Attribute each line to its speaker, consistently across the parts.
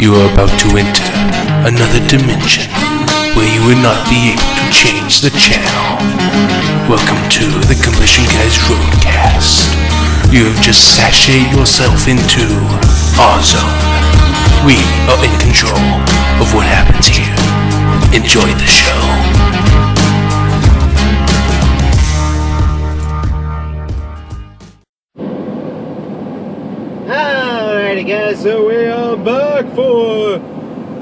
Speaker 1: You are about to enter another dimension where you will not be able to change the channel. Welcome to the Completion Guys Roadcast. You have just sashayed yourself into our zone. We are in control of what happens here. Enjoy the show.
Speaker 2: Alrighty, guys, so we are back for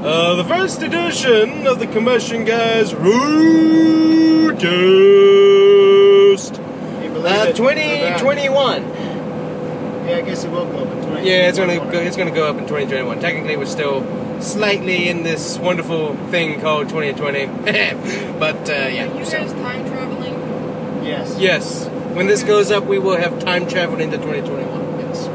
Speaker 2: uh, the first edition of the Combustion Guys Roadcast. Uh, 2021.
Speaker 3: Yeah, I guess it will go up in 20.
Speaker 2: Yeah, it's gonna go, it's gonna go up in 2021. Technically, we're still slightly in this wonderful thing called 2020, but uh,
Speaker 4: Are
Speaker 2: yeah.
Speaker 4: you
Speaker 2: so-
Speaker 4: guys time traveling?
Speaker 3: Yes.
Speaker 2: yes, when this goes up, we will have time traveled into 2021. Yes,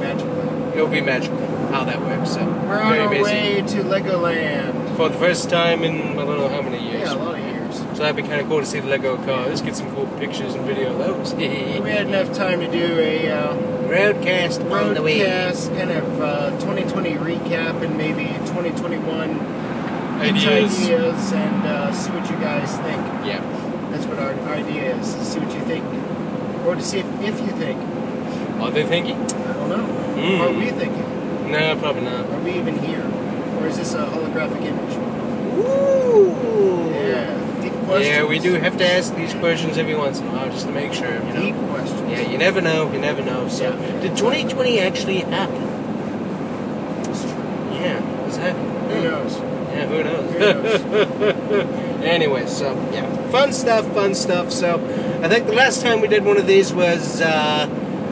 Speaker 3: Magically.
Speaker 2: it'll be magical how that works. So
Speaker 3: We're on
Speaker 2: very
Speaker 3: our
Speaker 2: amazing.
Speaker 3: way to Legoland.
Speaker 2: for the first time in I don't know how many years.
Speaker 3: Yeah, a lot of years.
Speaker 2: So that'd be kind of cool to see the Lego car. Let's get some cool pictures and video of those.
Speaker 3: We had enough time to do a uh,
Speaker 2: Roadcast on the way.
Speaker 3: roadcast, kind of uh, 2020 recap, and maybe 2021 pitch
Speaker 2: Ideas.
Speaker 3: ideas, and uh, see what you guys think.
Speaker 2: Yeah.
Speaker 3: That's what our idea is. to See what you think, or to see if, if you think.
Speaker 2: Are they thinking?
Speaker 3: I don't know.
Speaker 2: Mm.
Speaker 3: Are we thinking?
Speaker 2: No, probably not.
Speaker 3: Are we even here? Or is this a holographic image?
Speaker 2: Ooh.
Speaker 3: Yeah. Deep questions.
Speaker 2: Yeah, we do have to ask these questions every once in a while just to make sure, you
Speaker 3: Deep
Speaker 2: know.
Speaker 3: questions.
Speaker 2: Yeah, you never know, you never know. So, did 2020 actually happen?
Speaker 3: It's true.
Speaker 2: Yeah, exactly.
Speaker 3: Who knows?
Speaker 2: Yeah, who knows?
Speaker 3: Who knows?
Speaker 2: Anyway, so yeah, fun stuff, fun stuff. So I think the last time we did one of these was uh,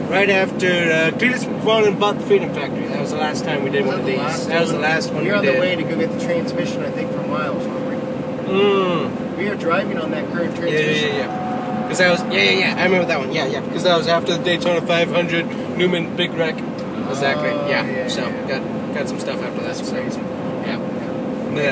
Speaker 2: right after uh, Cletus McFarlane bought the Freedom Factory. That was the last time we did one of these. that was the last one
Speaker 3: We're on
Speaker 2: we
Speaker 3: the
Speaker 2: did.
Speaker 3: way to go get the transmission, I think, for miles, weren't
Speaker 2: Mm.
Speaker 3: we? We are driving on that current
Speaker 2: Yeah, yeah,
Speaker 3: transmission.
Speaker 2: yeah, yeah. Because that was yeah, yeah, yeah. I remember that one. Yeah, yeah. Because that was after the Daytona 500 Newman Big Wreck. Exactly.
Speaker 3: Oh,
Speaker 2: yeah.
Speaker 3: yeah,
Speaker 2: So
Speaker 3: yeah.
Speaker 2: got got some stuff after that.
Speaker 3: That's
Speaker 2: so,
Speaker 3: crazy.
Speaker 2: Yeah.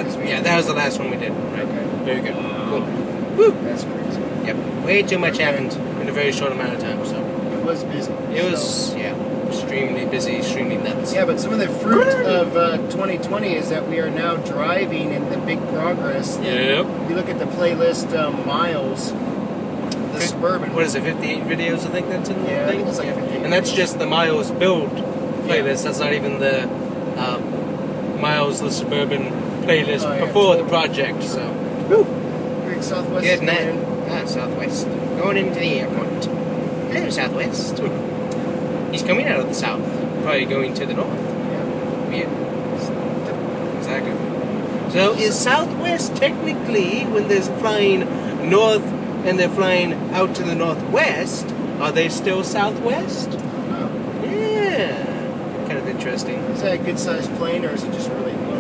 Speaker 2: That, yeah, that was the last one we did. Right.
Speaker 3: Okay.
Speaker 2: Very good. Cool.
Speaker 3: That's crazy.
Speaker 2: Yep. Way too much happened in a very short amount of time. So.
Speaker 3: It was busy.
Speaker 2: It
Speaker 3: so-
Speaker 2: was yeah, extremely busy, extremely nuts.
Speaker 3: Yeah, but some of the fruit of uh, 2020 is that we are now driving in the big progress.
Speaker 2: Yep.
Speaker 3: You look at the playlist uh, Miles, the Suburban.
Speaker 2: What is it? Fifty-eight videos, I think that's in the
Speaker 3: Yeah, I
Speaker 2: thing.
Speaker 3: think it's like 58.
Speaker 2: and that's just the Miles Build playlist. That's not even the um, Miles the Suburban playlist
Speaker 3: Oh, yeah,
Speaker 2: before the
Speaker 3: totally.
Speaker 2: project. So
Speaker 3: Great Southwest
Speaker 2: good
Speaker 3: is
Speaker 2: night,
Speaker 3: going in.
Speaker 2: ah, Southwest. Going into the airport. Hello, Southwest. He's coming out of the south, probably going to the north.
Speaker 3: Yeah.
Speaker 2: Yeah, exactly. So is Southwest technically when they're flying north and they're flying out to the northwest, are they still Southwest?
Speaker 3: Wow.
Speaker 2: Yeah, kind of interesting.
Speaker 3: Is that a good sized plane or is it just really low?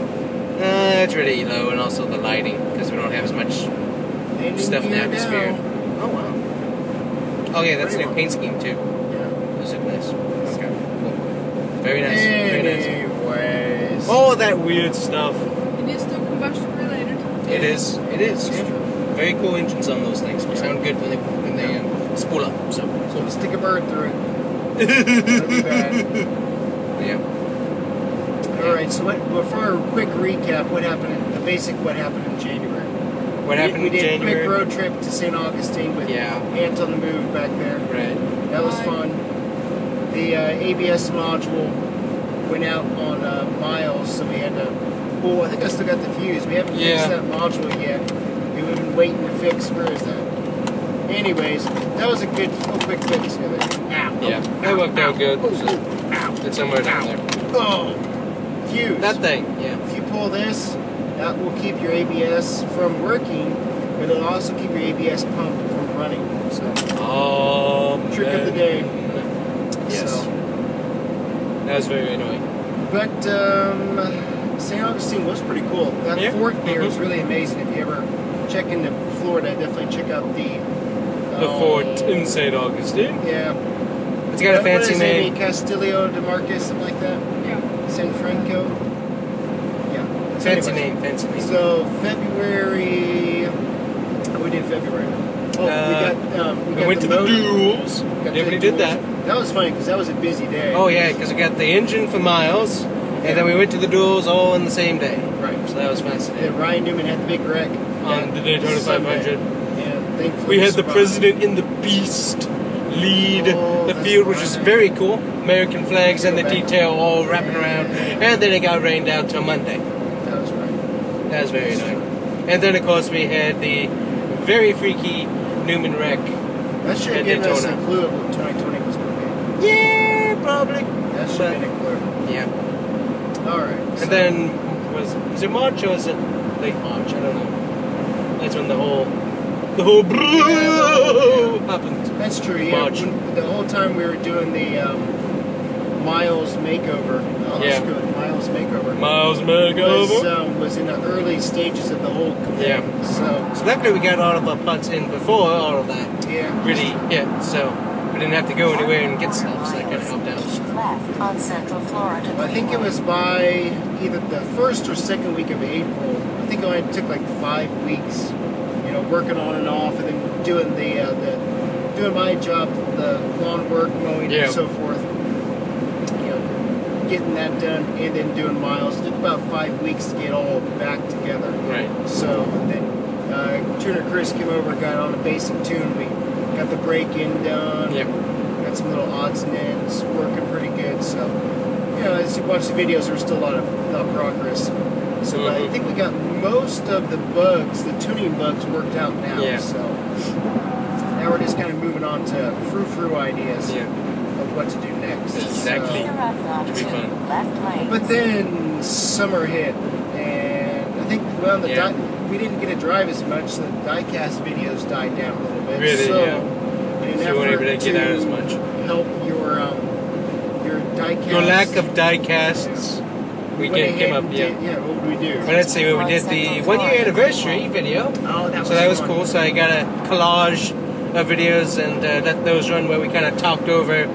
Speaker 2: Uh, it's really low, and also the lighting because we don't have as much
Speaker 3: They didn't
Speaker 2: stuff in the
Speaker 3: gear down.
Speaker 2: atmosphere. Oh wow. Oh yeah, that's a new paint scheme too.
Speaker 3: Yeah.
Speaker 2: Those look nice. Okay, cool. Very nice. Very nice. Oh.
Speaker 3: Anyways.
Speaker 2: All that weird stuff.
Speaker 4: It is still combustion related.
Speaker 2: It is. It is. Very cool engines on those things. They sound good when they when they um, spool up. So
Speaker 3: So we'll stick a bird through it. That'd be
Speaker 2: yeah.
Speaker 3: bad. All right. So what, well, for our quick recap, what happened? In, the basic what happened in January.
Speaker 2: What happened
Speaker 3: We, we
Speaker 2: in
Speaker 3: did a
Speaker 2: January?
Speaker 3: quick road trip to St. Augustine with
Speaker 2: Yeah.
Speaker 3: Ants on the Move back there.
Speaker 2: Right.
Speaker 3: That was
Speaker 4: Hi.
Speaker 3: fun. The uh, ABS module went out on uh, miles, so we had to. Oh, I think I still got the fuse. We haven't
Speaker 2: Yeah.
Speaker 3: fixed that module yet. We've been waiting to fix. Where is that? Anyways, that was a good, a quick fix. Ow.
Speaker 2: Yeah. That worked out good. So
Speaker 3: Ow.
Speaker 2: it's somewhere down there.
Speaker 3: Oh. Fuse.
Speaker 2: That thing. Yeah.
Speaker 3: If you pull this, that will keep your ABS from working, but it'll also keep your ABS pump from running. So,
Speaker 2: Oh.
Speaker 3: Trick of the day.
Speaker 2: Yes.
Speaker 3: so.
Speaker 2: That was very annoying.
Speaker 3: But um, St. Augustine was pretty cool. That
Speaker 2: Yeah.
Speaker 3: fort there is
Speaker 2: Mhm.
Speaker 3: really amazing. If you ever check into Florida, definitely check out the
Speaker 2: The
Speaker 3: um,
Speaker 2: fort in St. Augustine.
Speaker 3: Yeah,
Speaker 2: It's got a
Speaker 3: What- what
Speaker 2: fancy
Speaker 3: is it,
Speaker 2: name.
Speaker 3: Castillo de Marquez, something like that.
Speaker 4: Yeah.
Speaker 3: San Franco. Yeah, So
Speaker 2: Fancy
Speaker 3: anyways.
Speaker 2: name. Fancy name.
Speaker 3: So February, we did February. Oh,
Speaker 2: Uh,
Speaker 3: we got um, we,
Speaker 2: We
Speaker 3: got
Speaker 2: went to the
Speaker 3: motor-
Speaker 2: duels.
Speaker 3: got to
Speaker 2: Definitely
Speaker 3: the
Speaker 2: did
Speaker 3: duels.
Speaker 2: that.
Speaker 3: That was funny because that was a busy day.
Speaker 2: Oh yeah, because we got the engine for miles. And then we went to the duels all on the same day.
Speaker 3: Right.
Speaker 2: So that was
Speaker 3: Yeah,
Speaker 2: fascinating.
Speaker 3: Ryan Newman had the big wreck
Speaker 2: On the Daytona
Speaker 3: Sunday.
Speaker 2: 500.
Speaker 3: Yeah, thankfully
Speaker 2: We had the
Speaker 3: survived.
Speaker 2: president in the beast lead
Speaker 3: Oh,
Speaker 2: the
Speaker 3: that's
Speaker 2: field, which is
Speaker 3: right.
Speaker 2: very cool. American flags and the
Speaker 3: Right.
Speaker 2: detail all wrapping around. And then it got rained out till Monday.
Speaker 3: That was right.
Speaker 2: That was very annoying. And then, of course, we had the very freaky Newman wreck.
Speaker 3: That should have
Speaker 2: At
Speaker 3: given us a
Speaker 2: Daytona.
Speaker 3: clue of what 2020 was going to
Speaker 2: Yeah, probably.
Speaker 3: be. That should have been a clue.
Speaker 2: Yeah.
Speaker 3: All right. so-
Speaker 2: And then, was, was it March or was it late March? I don't know. That's when the whole, the whole happened.
Speaker 3: That's true. Yeah.
Speaker 2: March.
Speaker 3: When- the whole time we were doing the um, Miles makeover. Oh,
Speaker 2: Yeah.
Speaker 3: that's good. Miles makeover.
Speaker 2: Miles Makeover.
Speaker 3: was, um, was in the early stages of the whole thing.
Speaker 2: Yeah.
Speaker 3: So
Speaker 2: So luckily we got all of our putts in before all of that
Speaker 3: yeah.
Speaker 2: really hit, so we didn't have to go anywhere and get stuff, so that kind of helped out.
Speaker 5: Left on Central Florida.
Speaker 3: I think it was by either the first or second week of April. I think it only took like five weeks, you know, working on and off, and then doing the uh, the doing my job, the lawn work, mowing,
Speaker 2: Yeah.
Speaker 3: and so forth. You know, getting that done, and then doing miles. It took about five weeks to get all back together.
Speaker 2: Right.
Speaker 3: So then uh, tuner Chris came over, got on a basic tune. We got the break in done.
Speaker 2: Yep.
Speaker 3: Got some little odds and ends working pretty good. So you know, as you watch the videos, there's still a lot of lot of progress. So but I
Speaker 2: Mhm.
Speaker 3: think we got most of the bugs, the tuning bugs, worked out now.
Speaker 2: Yeah.
Speaker 3: So now we're just kind of moving on to frou frou ideas
Speaker 2: Yeah.
Speaker 3: of what to do next.
Speaker 2: Exactly.
Speaker 5: You're on the
Speaker 2: Should be fun.
Speaker 5: option. Left lane.
Speaker 3: But then summer hit, and I think well, the
Speaker 2: Yeah.
Speaker 3: di- we didn't get to drive as much. So the diecast videos died down a little bit.
Speaker 2: Really,
Speaker 3: so
Speaker 2: yeah.
Speaker 3: in an
Speaker 2: So you weren't
Speaker 3: effort
Speaker 2: able to get out as much.
Speaker 3: Help your um, your diecast.
Speaker 2: Your lack of die casts, we
Speaker 3: went
Speaker 2: did
Speaker 3: ahead
Speaker 2: came up,
Speaker 3: and did-
Speaker 2: yeah.
Speaker 3: yeah, what would we do?
Speaker 2: But let's see, we did the one year anniversary video,
Speaker 3: oh, that
Speaker 2: so that was
Speaker 3: fun.
Speaker 2: cool. So I got a collage of videos and uh, let those run where we kind of talked over,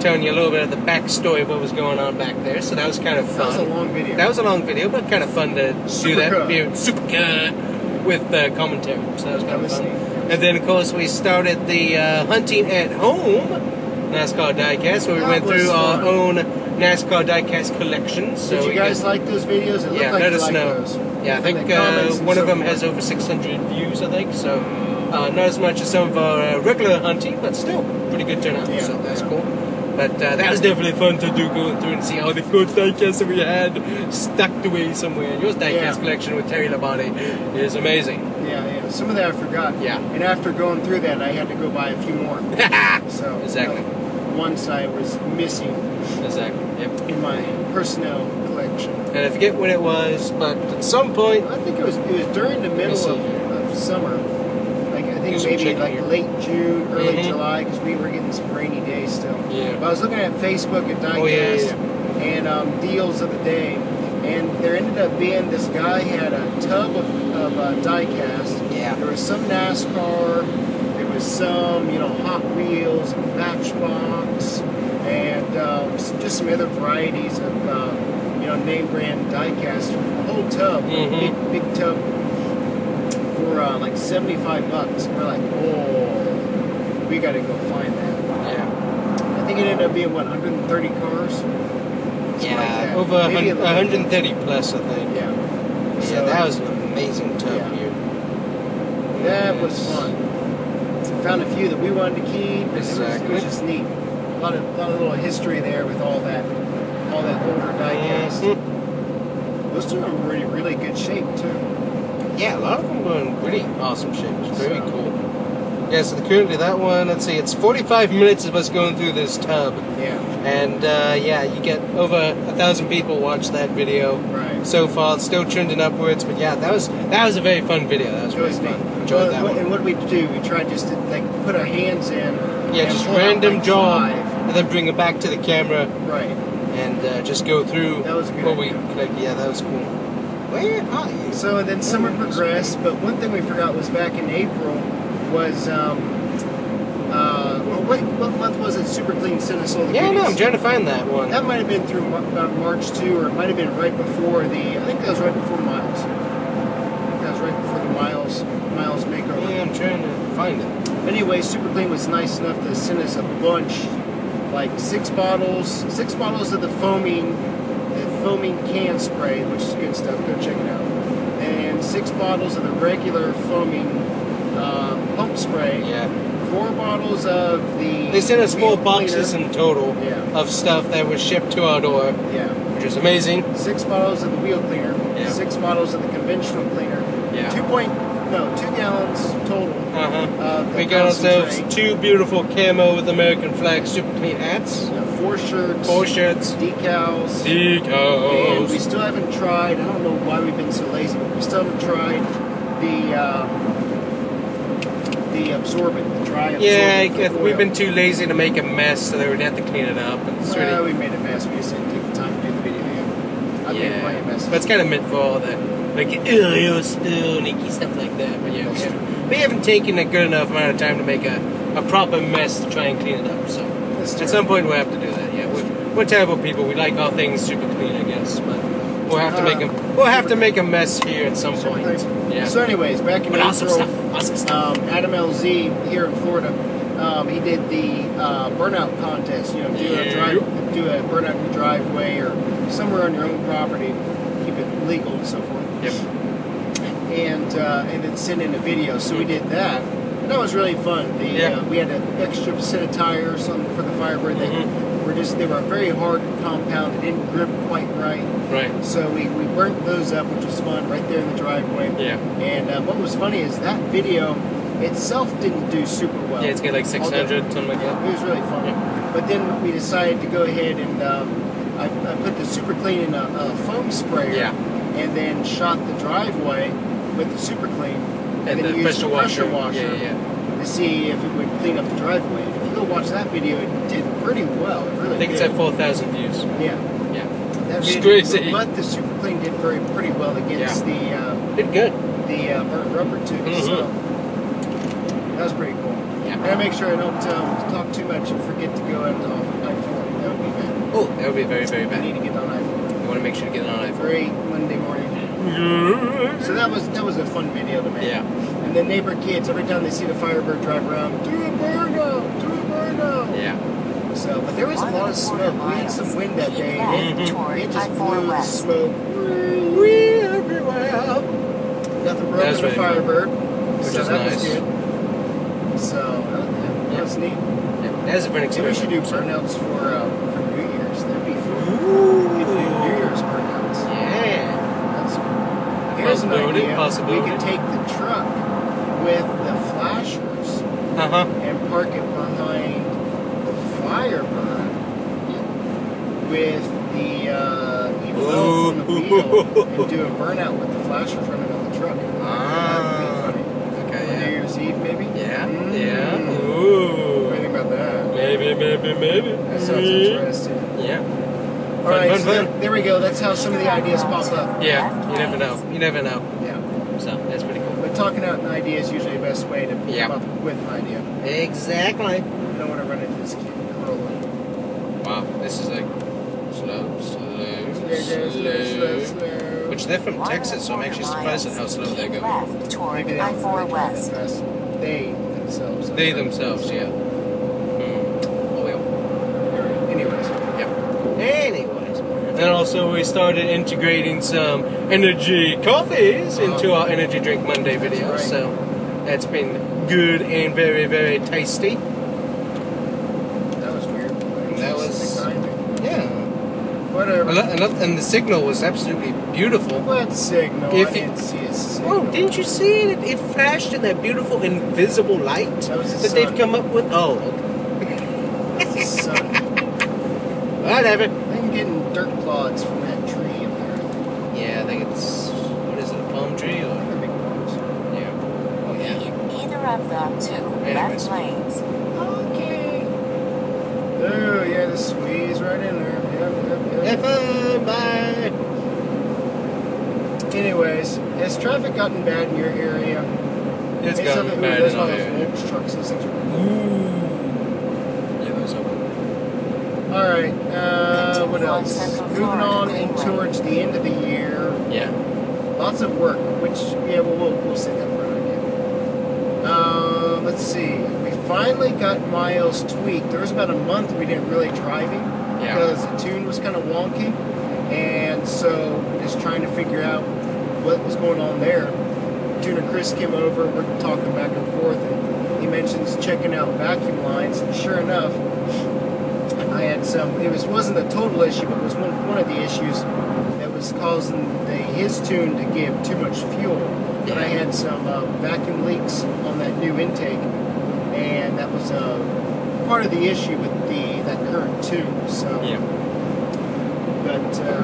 Speaker 2: telling you a little bit of the backstory of what was going on back there. So that was kind of fun.
Speaker 3: That was a long video.
Speaker 2: That was a long video, but kind of fun to do
Speaker 3: Super
Speaker 2: that.
Speaker 3: cut.
Speaker 2: Be- super cut with uh, commentary, so that was
Speaker 3: That
Speaker 2: kind of
Speaker 3: was
Speaker 2: fun.
Speaker 3: neat.
Speaker 2: And then, of course, we started the uh, hunting at home NASCAR diecast, where we
Speaker 3: That
Speaker 2: went
Speaker 3: was
Speaker 2: through our
Speaker 3: fun.
Speaker 2: own NASCAR diecast collection. So
Speaker 3: Did
Speaker 2: we
Speaker 3: you guys
Speaker 2: got-
Speaker 3: like those videos? It looked
Speaker 2: yeah,
Speaker 3: like
Speaker 2: let
Speaker 3: you
Speaker 2: us
Speaker 3: liked
Speaker 2: know.
Speaker 3: Those.
Speaker 2: Yeah, I
Speaker 3: And
Speaker 2: think
Speaker 3: the
Speaker 2: uh,
Speaker 3: comments and
Speaker 2: one of
Speaker 3: so
Speaker 2: them has
Speaker 3: forth.
Speaker 2: over 600 views, I think. So uh, not as much as some of our uh, regular hunting, but still pretty good turnout.
Speaker 3: Yeah,
Speaker 2: so that's
Speaker 3: yeah.
Speaker 2: cool. But uh, that was definitely fun to do going through and see all the good diecasts that we had stacked away somewhere. Your diecast
Speaker 3: Yeah.
Speaker 2: collection with Terry Labonte is amazing.
Speaker 3: Yeah, yeah. Some of that I forgot.
Speaker 2: Yeah.
Speaker 3: And after going through that, I had to go buy a few more. so
Speaker 2: Exactly.
Speaker 3: you know, one side was missing
Speaker 2: Exactly. Yep.
Speaker 3: in my personnel collection.
Speaker 2: And I forget when it was, but at some point,
Speaker 3: I think it was it was during the middle
Speaker 2: see.
Speaker 3: of, of summer. Like I think
Speaker 2: Just
Speaker 3: maybe
Speaker 2: checking
Speaker 3: like
Speaker 2: here.
Speaker 3: late June, early
Speaker 2: Mhm.
Speaker 3: July, because we were getting some rainy days still.
Speaker 2: Yeah.
Speaker 3: But I was looking at Facebook at Diecast
Speaker 2: Oh, yeah, yeah,
Speaker 3: and um, deals of the day, and there ended up being this guy had a tub of, of uh, Diecast.
Speaker 2: Yeah.
Speaker 3: There was some NASCAR. There was some you know Hot Wheels, Matchbox, and um, s- just some other varieties of um, you know name brand Diecast. Whole tub,
Speaker 2: Mhm.
Speaker 3: big big tub for uh, like 75 bucks. We're like, oh, we gotta go find that.
Speaker 2: yeah,
Speaker 3: I think it ended up being, what, 130 cars? Something like that.
Speaker 2: over a
Speaker 3: Maybe
Speaker 2: hun-
Speaker 3: a little bit.
Speaker 2: 130 plus, I think.
Speaker 3: Yeah.
Speaker 2: Yeah,
Speaker 3: So-
Speaker 2: that was an amazing tub
Speaker 3: Yeah.
Speaker 2: year.
Speaker 3: That was
Speaker 2: Yes.
Speaker 3: fun. Found a few that we wanted to keep. It was-
Speaker 2: Exactly.
Speaker 3: It was just neat. A lot of, lot of little history there with all that, all that older diecast.
Speaker 2: Mhm.
Speaker 3: Those two are in really, really good shape too.
Speaker 2: Yeah, a lot of them were in really awesome shape. It's very
Speaker 3: So-
Speaker 2: cool. Yeah, so currently that one, let's see, it's 45 minutes of us going through this tub.
Speaker 3: Yeah.
Speaker 2: And uh, yeah, you get over a thousand people watch that video
Speaker 3: Right.
Speaker 2: so far. It's still trending upwards, but yeah, that was that was a very fun video. That was
Speaker 3: It
Speaker 2: really
Speaker 3: was
Speaker 2: fun.
Speaker 3: neat.
Speaker 2: Enjoyed that
Speaker 3: Well,
Speaker 2: one.
Speaker 3: And what did we do? We tried just to like put our hands in.
Speaker 2: Yeah,
Speaker 3: and
Speaker 2: just
Speaker 3: pull out,
Speaker 2: random
Speaker 3: like,
Speaker 2: jaw,
Speaker 3: five.
Speaker 2: and then bring it back to the camera
Speaker 3: Right.
Speaker 2: and uh, just go through
Speaker 3: That was a good
Speaker 2: what we
Speaker 3: idea.
Speaker 2: collected. Yeah, that was cool. Where are you?
Speaker 3: So and then summer progressed, but one thing we forgot was back in April was um, uh, well, what, what month was it? Super Clean sent us all the
Speaker 2: Yeah, no,
Speaker 3: goodies.
Speaker 2: I'm trying to find that one.
Speaker 3: That might have been through Mar- about March two, or it might have been right before the. I think that was right before Miles. That was right before the Miles Miles makeover.
Speaker 2: Yeah, I'm trying to find it.
Speaker 3: Anyway, Super Clean was nice enough to send us a bunch, like six bottles, six bottles of the foaming, the foaming can spray, which is good stuff. Go check it out. And six bottles of the regular foaming uh, pump spray.
Speaker 2: Yeah.
Speaker 3: Four bottles of the.
Speaker 2: They sent us four
Speaker 3: wheel
Speaker 2: boxes
Speaker 3: cleaner.
Speaker 2: in total
Speaker 3: Yeah.
Speaker 2: of stuff that was shipped to our door,
Speaker 3: Yeah.
Speaker 2: which is amazing.
Speaker 3: Six bottles of the wheel cleaner.
Speaker 2: Yeah.
Speaker 3: Six bottles of the conventional cleaner.
Speaker 2: Yeah.
Speaker 3: Two point no two gallons total.
Speaker 2: Uh-huh.
Speaker 3: of the
Speaker 2: We got ourselves
Speaker 3: concentrate.
Speaker 2: two beautiful camo with American flag super clean hats,
Speaker 3: Yeah, four shirts.
Speaker 2: four shirts,
Speaker 3: decals. And we
Speaker 2: decos.
Speaker 3: still haven't tried. I don't know why we've been so lazy, but we still haven't tried the um, the absorbent, the dry absorbent.
Speaker 2: Yeah, I
Speaker 3: for
Speaker 2: guess
Speaker 3: foil.
Speaker 2: we've been too lazy to make a mess, so they would have to clean it up. And it's
Speaker 3: Well,
Speaker 2: really,
Speaker 3: we made a mess. We just didn't take the time to do the video. Yeah. I've made plenty of messes.
Speaker 2: But it's kind of meant for all that, like Oreo spoon, icky stuff like that. But yeah, we
Speaker 3: That's
Speaker 2: haven't, we haven't taken a good enough amount of time to make a, a proper mess to try and clean it up. So
Speaker 3: That's
Speaker 2: at
Speaker 3: true.
Speaker 2: some point we'll have to do that. Yeah, we're, we're terrible people. We like all things super clean, I guess, but we'll have to make a we'll have to make a mess here at some point. Yeah.
Speaker 3: Uh, So, anyways, back in
Speaker 2: But awesome
Speaker 3: April,
Speaker 2: stuff. Awesome stuff.
Speaker 3: um, Adam LZ here in Florida, um, he did the uh, burnout contest. You know, do a
Speaker 2: Yeah.
Speaker 3: drive, do a burnout in your driveway or somewhere on your own property, keep it legal and so forth.
Speaker 2: Yep.
Speaker 3: And uh, and then send in a video. So we did that. And that was really fun. The
Speaker 2: Yeah.
Speaker 3: uh, we had an extra set of tires on for the Firebird.
Speaker 2: Mm-hmm.
Speaker 3: They were just they were a very hard compound. It didn't grip quite right.
Speaker 2: Right.
Speaker 3: So we, we burnt those up, which was fun, right there in the driveway.
Speaker 2: Yeah.
Speaker 3: And uh, what was funny is that video itself didn't do super well.
Speaker 2: Yeah, it's got like
Speaker 3: Although-
Speaker 2: 600, something like that.
Speaker 3: It was really fun. But then we decided to go ahead and um, I, I put the super clean in a, a foam sprayer.
Speaker 2: Yeah.
Speaker 3: And then shot the driveway with the super clean. And,
Speaker 2: the
Speaker 3: used
Speaker 2: pressure
Speaker 3: the pressure
Speaker 2: washer. Yeah,
Speaker 3: washer
Speaker 2: yeah,
Speaker 3: to see if it would clean up the driveway. And if you go watch that video, it did pretty well. It really
Speaker 2: I think it's
Speaker 3: did.
Speaker 2: at 4,000 views.
Speaker 3: yeah.
Speaker 2: Yeah.
Speaker 3: That
Speaker 2: It's
Speaker 3: video
Speaker 2: crazy.
Speaker 3: But the super clean did very pretty well against the. Uh,
Speaker 2: Did good.
Speaker 3: the uh, burnt rubber too. So
Speaker 2: Mm-hmm.
Speaker 3: that was pretty cool.
Speaker 2: Yeah.
Speaker 3: Gotta make sure I don't um, talk too much and forget to go out on I four. That would be bad.
Speaker 2: Oh, that would be very, very
Speaker 3: I
Speaker 2: bad.
Speaker 3: need to get on I four.
Speaker 2: You want to make sure to get it on iPhone.
Speaker 3: Great Monday morning. So that was that was a fun video to make.
Speaker 2: Yeah.
Speaker 3: And the neighbor kids, every time they see the Firebird drive around, do a burnout, do a burnout.
Speaker 2: Yeah.
Speaker 3: So, but there was a lot of smoke. We had some wind that day.
Speaker 2: Mm.
Speaker 3: and
Speaker 5: Left
Speaker 3: It,
Speaker 2: Mm-hmm.
Speaker 5: toward
Speaker 3: it just
Speaker 5: I-4
Speaker 3: blew the
Speaker 5: West.
Speaker 3: smoke.
Speaker 2: We everywhere.
Speaker 3: Nothing broke
Speaker 2: That was
Speaker 3: in the
Speaker 2: really cool.
Speaker 3: Firebird.
Speaker 2: Which
Speaker 3: so
Speaker 2: is
Speaker 3: that was
Speaker 2: nice.
Speaker 3: good. So uh,
Speaker 2: Yeah.
Speaker 3: that was neat.
Speaker 2: Yeah, that's a different
Speaker 3: Maybe we
Speaker 2: experience.
Speaker 3: should do burnouts for, um, for New Year's. That'd be fun. We could do New Year's burnouts.
Speaker 2: Yeah.
Speaker 3: That's Here's an
Speaker 2: Possibility,
Speaker 3: idea.
Speaker 2: possibility.
Speaker 3: We could take the truck with the flashers
Speaker 2: Uh huh.
Speaker 3: and park it behind the fire behind with the uh, evil elf on the wheel and do a burnout with the flashers running on the truck.
Speaker 2: Ah.
Speaker 3: That'd be funny. New
Speaker 2: Okay,
Speaker 3: Year's Eve, maybe?
Speaker 2: yeah. Yeah.
Speaker 3: Mm.
Speaker 2: Yeah.
Speaker 3: What do you
Speaker 2: Ooh.
Speaker 3: think about that?
Speaker 2: Maybe, maybe, maybe.
Speaker 3: That sounds interesting.
Speaker 2: Yeah.
Speaker 3: All right,
Speaker 2: fun,
Speaker 3: so
Speaker 2: fun.
Speaker 3: There, there we go. That's how some of the ideas pop up.
Speaker 2: Yeah. You never know. You never know.
Speaker 3: Yeah.
Speaker 2: So that's pretty cool.
Speaker 3: But talking out an idea is usually the best way to come
Speaker 2: Yeah.
Speaker 3: up with an idea.
Speaker 2: Exactly.
Speaker 3: I don't want to run into this kid Corolla.
Speaker 2: Wow. This is like slow,
Speaker 3: Slow, slow, slow,
Speaker 2: slow, slow.
Speaker 3: slow.
Speaker 2: Which they're from
Speaker 5: One
Speaker 2: Texas, so I'm
Speaker 5: quarter
Speaker 2: actually surprised at how
Speaker 5: miles.
Speaker 2: slow they
Speaker 5: Keep
Speaker 2: go.
Speaker 5: Left toward
Speaker 3: Maybe they don't
Speaker 5: I-4
Speaker 3: really drive
Speaker 5: West.
Speaker 3: that fast. They themselves. don't
Speaker 2: They
Speaker 3: drive
Speaker 2: themselves,
Speaker 3: that
Speaker 2: yeah. Hmm. Oh, well.
Speaker 3: fast. Anyways,
Speaker 2: Yep. Anyways. And also, we started integrating some energy coffees into our Energy Drink Monday video.
Speaker 3: That's right.
Speaker 2: So that's been good and very, very tasty.
Speaker 3: that was weird.
Speaker 2: That was-
Speaker 3: Timing.
Speaker 2: Yeah.
Speaker 3: whatever.
Speaker 2: I lo- I lo- and the signal was absolutely beautiful.
Speaker 3: What signal?
Speaker 2: If
Speaker 3: I
Speaker 2: it-
Speaker 3: didn't see a signal.
Speaker 2: Oh, didn't you see it? It flashed in that beautiful invisible light
Speaker 3: That was the
Speaker 2: that they've
Speaker 3: sun.
Speaker 2: come up with. Oh, okay.
Speaker 3: It's the sun.
Speaker 2: whatever.
Speaker 3: I'm getting dirt clods from that tree up there. I think.
Speaker 2: Yeah, I think it's what is it, a palm tree or?
Speaker 3: They're big clods.
Speaker 2: Yeah. Oh yeah.
Speaker 5: Either of the two
Speaker 2: Anyways.
Speaker 5: left lanes.
Speaker 3: Okay. Oh, yeah, just squeeze right in there. Yep, yep,
Speaker 2: If I'm by
Speaker 3: yep. Anyways, has traffic gotten bad in your area?
Speaker 2: It's
Speaker 3: Hey,
Speaker 2: gotten
Speaker 3: something- ooh,
Speaker 2: bad
Speaker 3: those
Speaker 2: in
Speaker 3: one
Speaker 2: our
Speaker 3: of those
Speaker 2: area.
Speaker 3: Volks trucks, those things are-
Speaker 2: Mm. Yeah, those open.
Speaker 3: All right. Uh, what
Speaker 5: Continue on
Speaker 3: else?
Speaker 5: Central
Speaker 3: Moving
Speaker 5: Florida
Speaker 3: on in
Speaker 5: Greenway.
Speaker 3: towards the end of the year.
Speaker 2: Yeah.
Speaker 3: Lots of work, which yeah, well, we'll we'll save that for another day. Uh, let's see. We finally got Miles tweaked. There was about a month we didn't really drive him
Speaker 2: Yeah.
Speaker 3: because the tune was kind of wonky, and so just trying to figure out what was going on there. June and Chris came over, we're talking back and forth, and he mentions checking out vacuum lines, and sure enough, I had some. It was wasn't a total issue, but it was one, one of the issues that was causing the, his tune to give too much fuel. But I had some uh, vacuum leaks on that new intake, and that was uh, part of the issue with the that current tune. So,
Speaker 2: Yeah.
Speaker 3: but uh,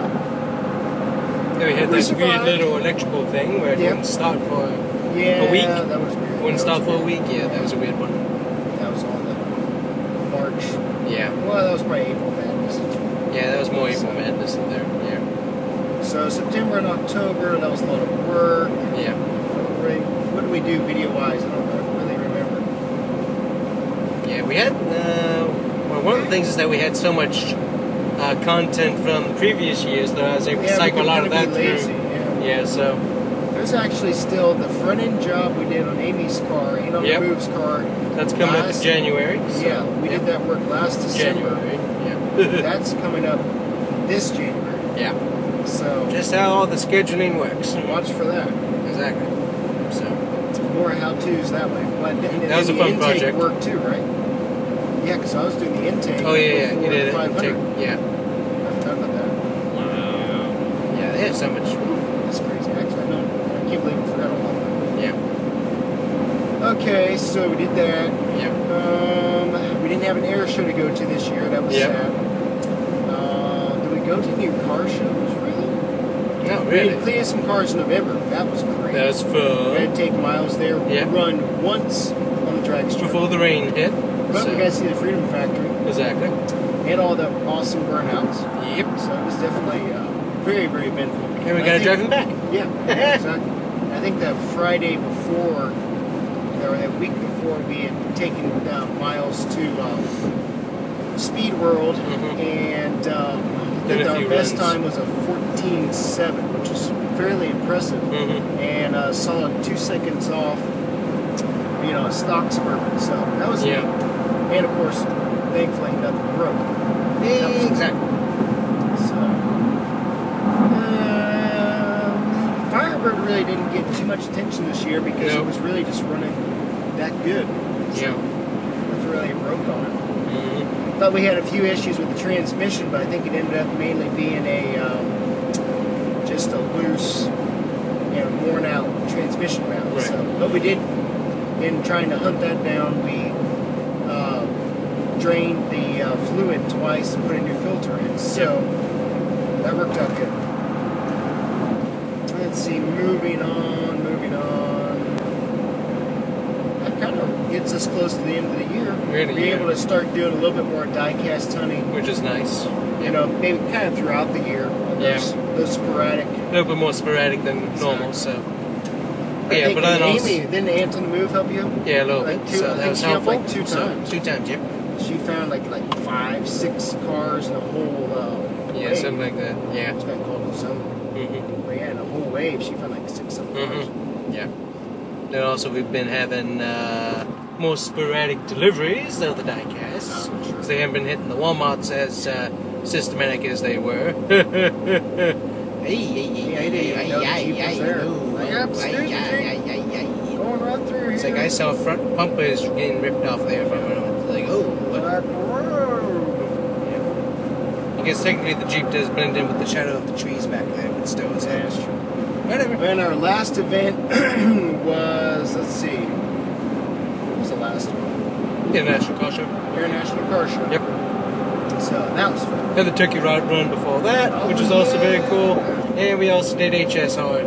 Speaker 2: Yeah, we had
Speaker 3: We
Speaker 2: this weird
Speaker 3: survived.
Speaker 2: little electrical thing where it
Speaker 3: Yeah.
Speaker 2: wouldn't start for
Speaker 3: yeah,
Speaker 2: week?
Speaker 3: that was weird.
Speaker 2: wouldn't
Speaker 3: that
Speaker 2: start
Speaker 3: was
Speaker 2: for a
Speaker 3: weird.
Speaker 2: week. Yeah, that was a weird one.
Speaker 3: That was on the March.
Speaker 2: Yeah,
Speaker 3: Well, that was probably April Madness.
Speaker 2: yeah, that was more April Madness in there. Yeah,
Speaker 3: So September and October, that was a lot of work.
Speaker 2: yeah,
Speaker 3: Right. What do we do video wise? I don't really remember.
Speaker 2: yeah. We had uh, well, one of the things is that we had so much uh, content from previous years that I was able to
Speaker 3: we
Speaker 2: cycle a
Speaker 3: could
Speaker 2: lot of
Speaker 3: kinda
Speaker 2: that
Speaker 3: be lazy,
Speaker 2: through.
Speaker 3: Yeah.
Speaker 2: Yeah, so
Speaker 3: There's actually still the front end job we did on Amy's car and on
Speaker 2: Yep.
Speaker 3: the moves car.
Speaker 2: that's coming up to
Speaker 3: Last-
Speaker 2: January. So,
Speaker 3: Yeah, we did that work last December.
Speaker 2: January. Yeah.
Speaker 3: That's coming up this January.
Speaker 2: Yeah.
Speaker 3: So
Speaker 2: Just how all the scheduling works.
Speaker 3: watch for that.
Speaker 2: Exactly. So
Speaker 3: More how tos that way. But then-
Speaker 2: That was
Speaker 3: then
Speaker 2: a fun
Speaker 3: the intake
Speaker 2: project.
Speaker 3: work too, right? Yeah, because I was doing the intake.
Speaker 2: oh yeah, yeah,
Speaker 3: before
Speaker 2: you did
Speaker 3: the 500.
Speaker 2: it. Yeah.
Speaker 3: I've done that.
Speaker 2: Wow. Yeah, they have so much.
Speaker 3: That's crazy. Actually, I don't. I can't believe I forgot all about that.
Speaker 2: Yeah.
Speaker 3: Okay, so we did that.
Speaker 2: Yeah.
Speaker 3: Um, we didn't have an air show to go to this year. That was
Speaker 2: Yeah.
Speaker 3: sad. Uh, did we go to new car shows? Really?
Speaker 2: No,
Speaker 3: We did
Speaker 2: really.
Speaker 3: Clean some cars in November. That was great.
Speaker 2: That was
Speaker 3: we
Speaker 2: fun.
Speaker 3: had to take miles there.
Speaker 2: Yeah.
Speaker 3: We run once on the drag strip.
Speaker 2: Before the rain hit.
Speaker 3: but we
Speaker 2: So,
Speaker 3: got to see the Freedom Factory
Speaker 2: exactly.
Speaker 3: and all the awesome burnouts.
Speaker 2: Yep.
Speaker 3: So it was definitely uh, very, very eventful.
Speaker 2: And we
Speaker 3: I
Speaker 2: gotta
Speaker 3: think-
Speaker 2: drive him back.
Speaker 3: Yeah, exactly. I think that Friday before, or that week before, we had taken uh, Miles to um, Speed World,
Speaker 2: Mhm.
Speaker 3: and um, I
Speaker 2: Did
Speaker 3: think
Speaker 2: a
Speaker 3: our
Speaker 2: few
Speaker 3: best
Speaker 2: runs.
Speaker 3: time was a 14.7, which is fairly impressive,
Speaker 2: Mm-hmm.
Speaker 3: and uh, saw two seconds off, you know, a stock Suburban. So that was neat.
Speaker 2: Yeah.
Speaker 3: And of course, thankfully, nothing broke.
Speaker 2: Exactly.
Speaker 3: So, uh, Firebird really didn't get too much attention this year because
Speaker 2: No.
Speaker 3: it was really just running that good.
Speaker 2: Yeah.
Speaker 3: That's really broke on it.
Speaker 2: Mm-hmm.
Speaker 3: But we had a few issues with the transmission, but I think it ended up mainly being a um, just a loose and worn out transmission valve.
Speaker 2: Right.
Speaker 3: So, but we did, in trying to hunt that down, we uh, drained the uh, fluid twice and put a new filter in. So that worked out good. Let's see, moving on, moving on. That kind of gets us close to the end of the year.
Speaker 2: Really,
Speaker 3: Be
Speaker 2: yeah.
Speaker 3: able to start doing a little bit more die-cast hunting,
Speaker 2: Which is nice.
Speaker 3: you know, maybe kind of throughout the year. on
Speaker 2: Yeah.
Speaker 3: Those, those sporadic.
Speaker 2: A little bit more sporadic than normal, so.
Speaker 3: I
Speaker 2: Yeah,
Speaker 3: think
Speaker 2: but then
Speaker 3: Amy,
Speaker 2: also.
Speaker 3: then Anton Move help you?
Speaker 2: Yeah, a little
Speaker 3: Like
Speaker 2: bit.
Speaker 3: two- I
Speaker 2: so
Speaker 3: think
Speaker 2: that was
Speaker 3: she helped
Speaker 2: helpful.
Speaker 3: like two
Speaker 2: So,
Speaker 3: times.
Speaker 2: two times, yep.
Speaker 3: She found like like five, six cars and a whole. Uh,
Speaker 2: Yeah,
Speaker 3: wave.
Speaker 2: something like that. Yeah.
Speaker 3: It's got called a zone.
Speaker 2: Mm-hmm.
Speaker 3: But yeah, and a whole wave. She found like six of them.
Speaker 2: Mm-hmm. Yeah. Then also we've been having uh, more sporadic deliveries of the diecasts.
Speaker 3: Oh, sure.
Speaker 2: Because they haven't been hitting the Walmarts as uh, systematic as they were. Hey, hey, hey,
Speaker 3: Yeah,
Speaker 2: hey,
Speaker 3: I didn't
Speaker 2: hey, hey, hey,
Speaker 3: even know the Jeep was there.
Speaker 2: ooh,
Speaker 3: Like,
Speaker 2: ooh,
Speaker 3: excuse
Speaker 2: hey,
Speaker 3: me.
Speaker 2: hey, hey, hey, hey.
Speaker 3: Going right through
Speaker 2: It's
Speaker 3: here.
Speaker 2: like I saw front bumpers getting ripped off there from it. It's like, oh, what?
Speaker 3: Like, whoa.
Speaker 2: I guess technically the Jeep does blend in with the shadow of the trees back there, but still it's like, whatever.
Speaker 3: And our last event was let's see, what was the last one?
Speaker 2: International car show.
Speaker 3: International Car Show.
Speaker 2: Yep.
Speaker 3: So that was fun.
Speaker 2: Had the turkey rod run before that, which was also very cool. And we also did HSR.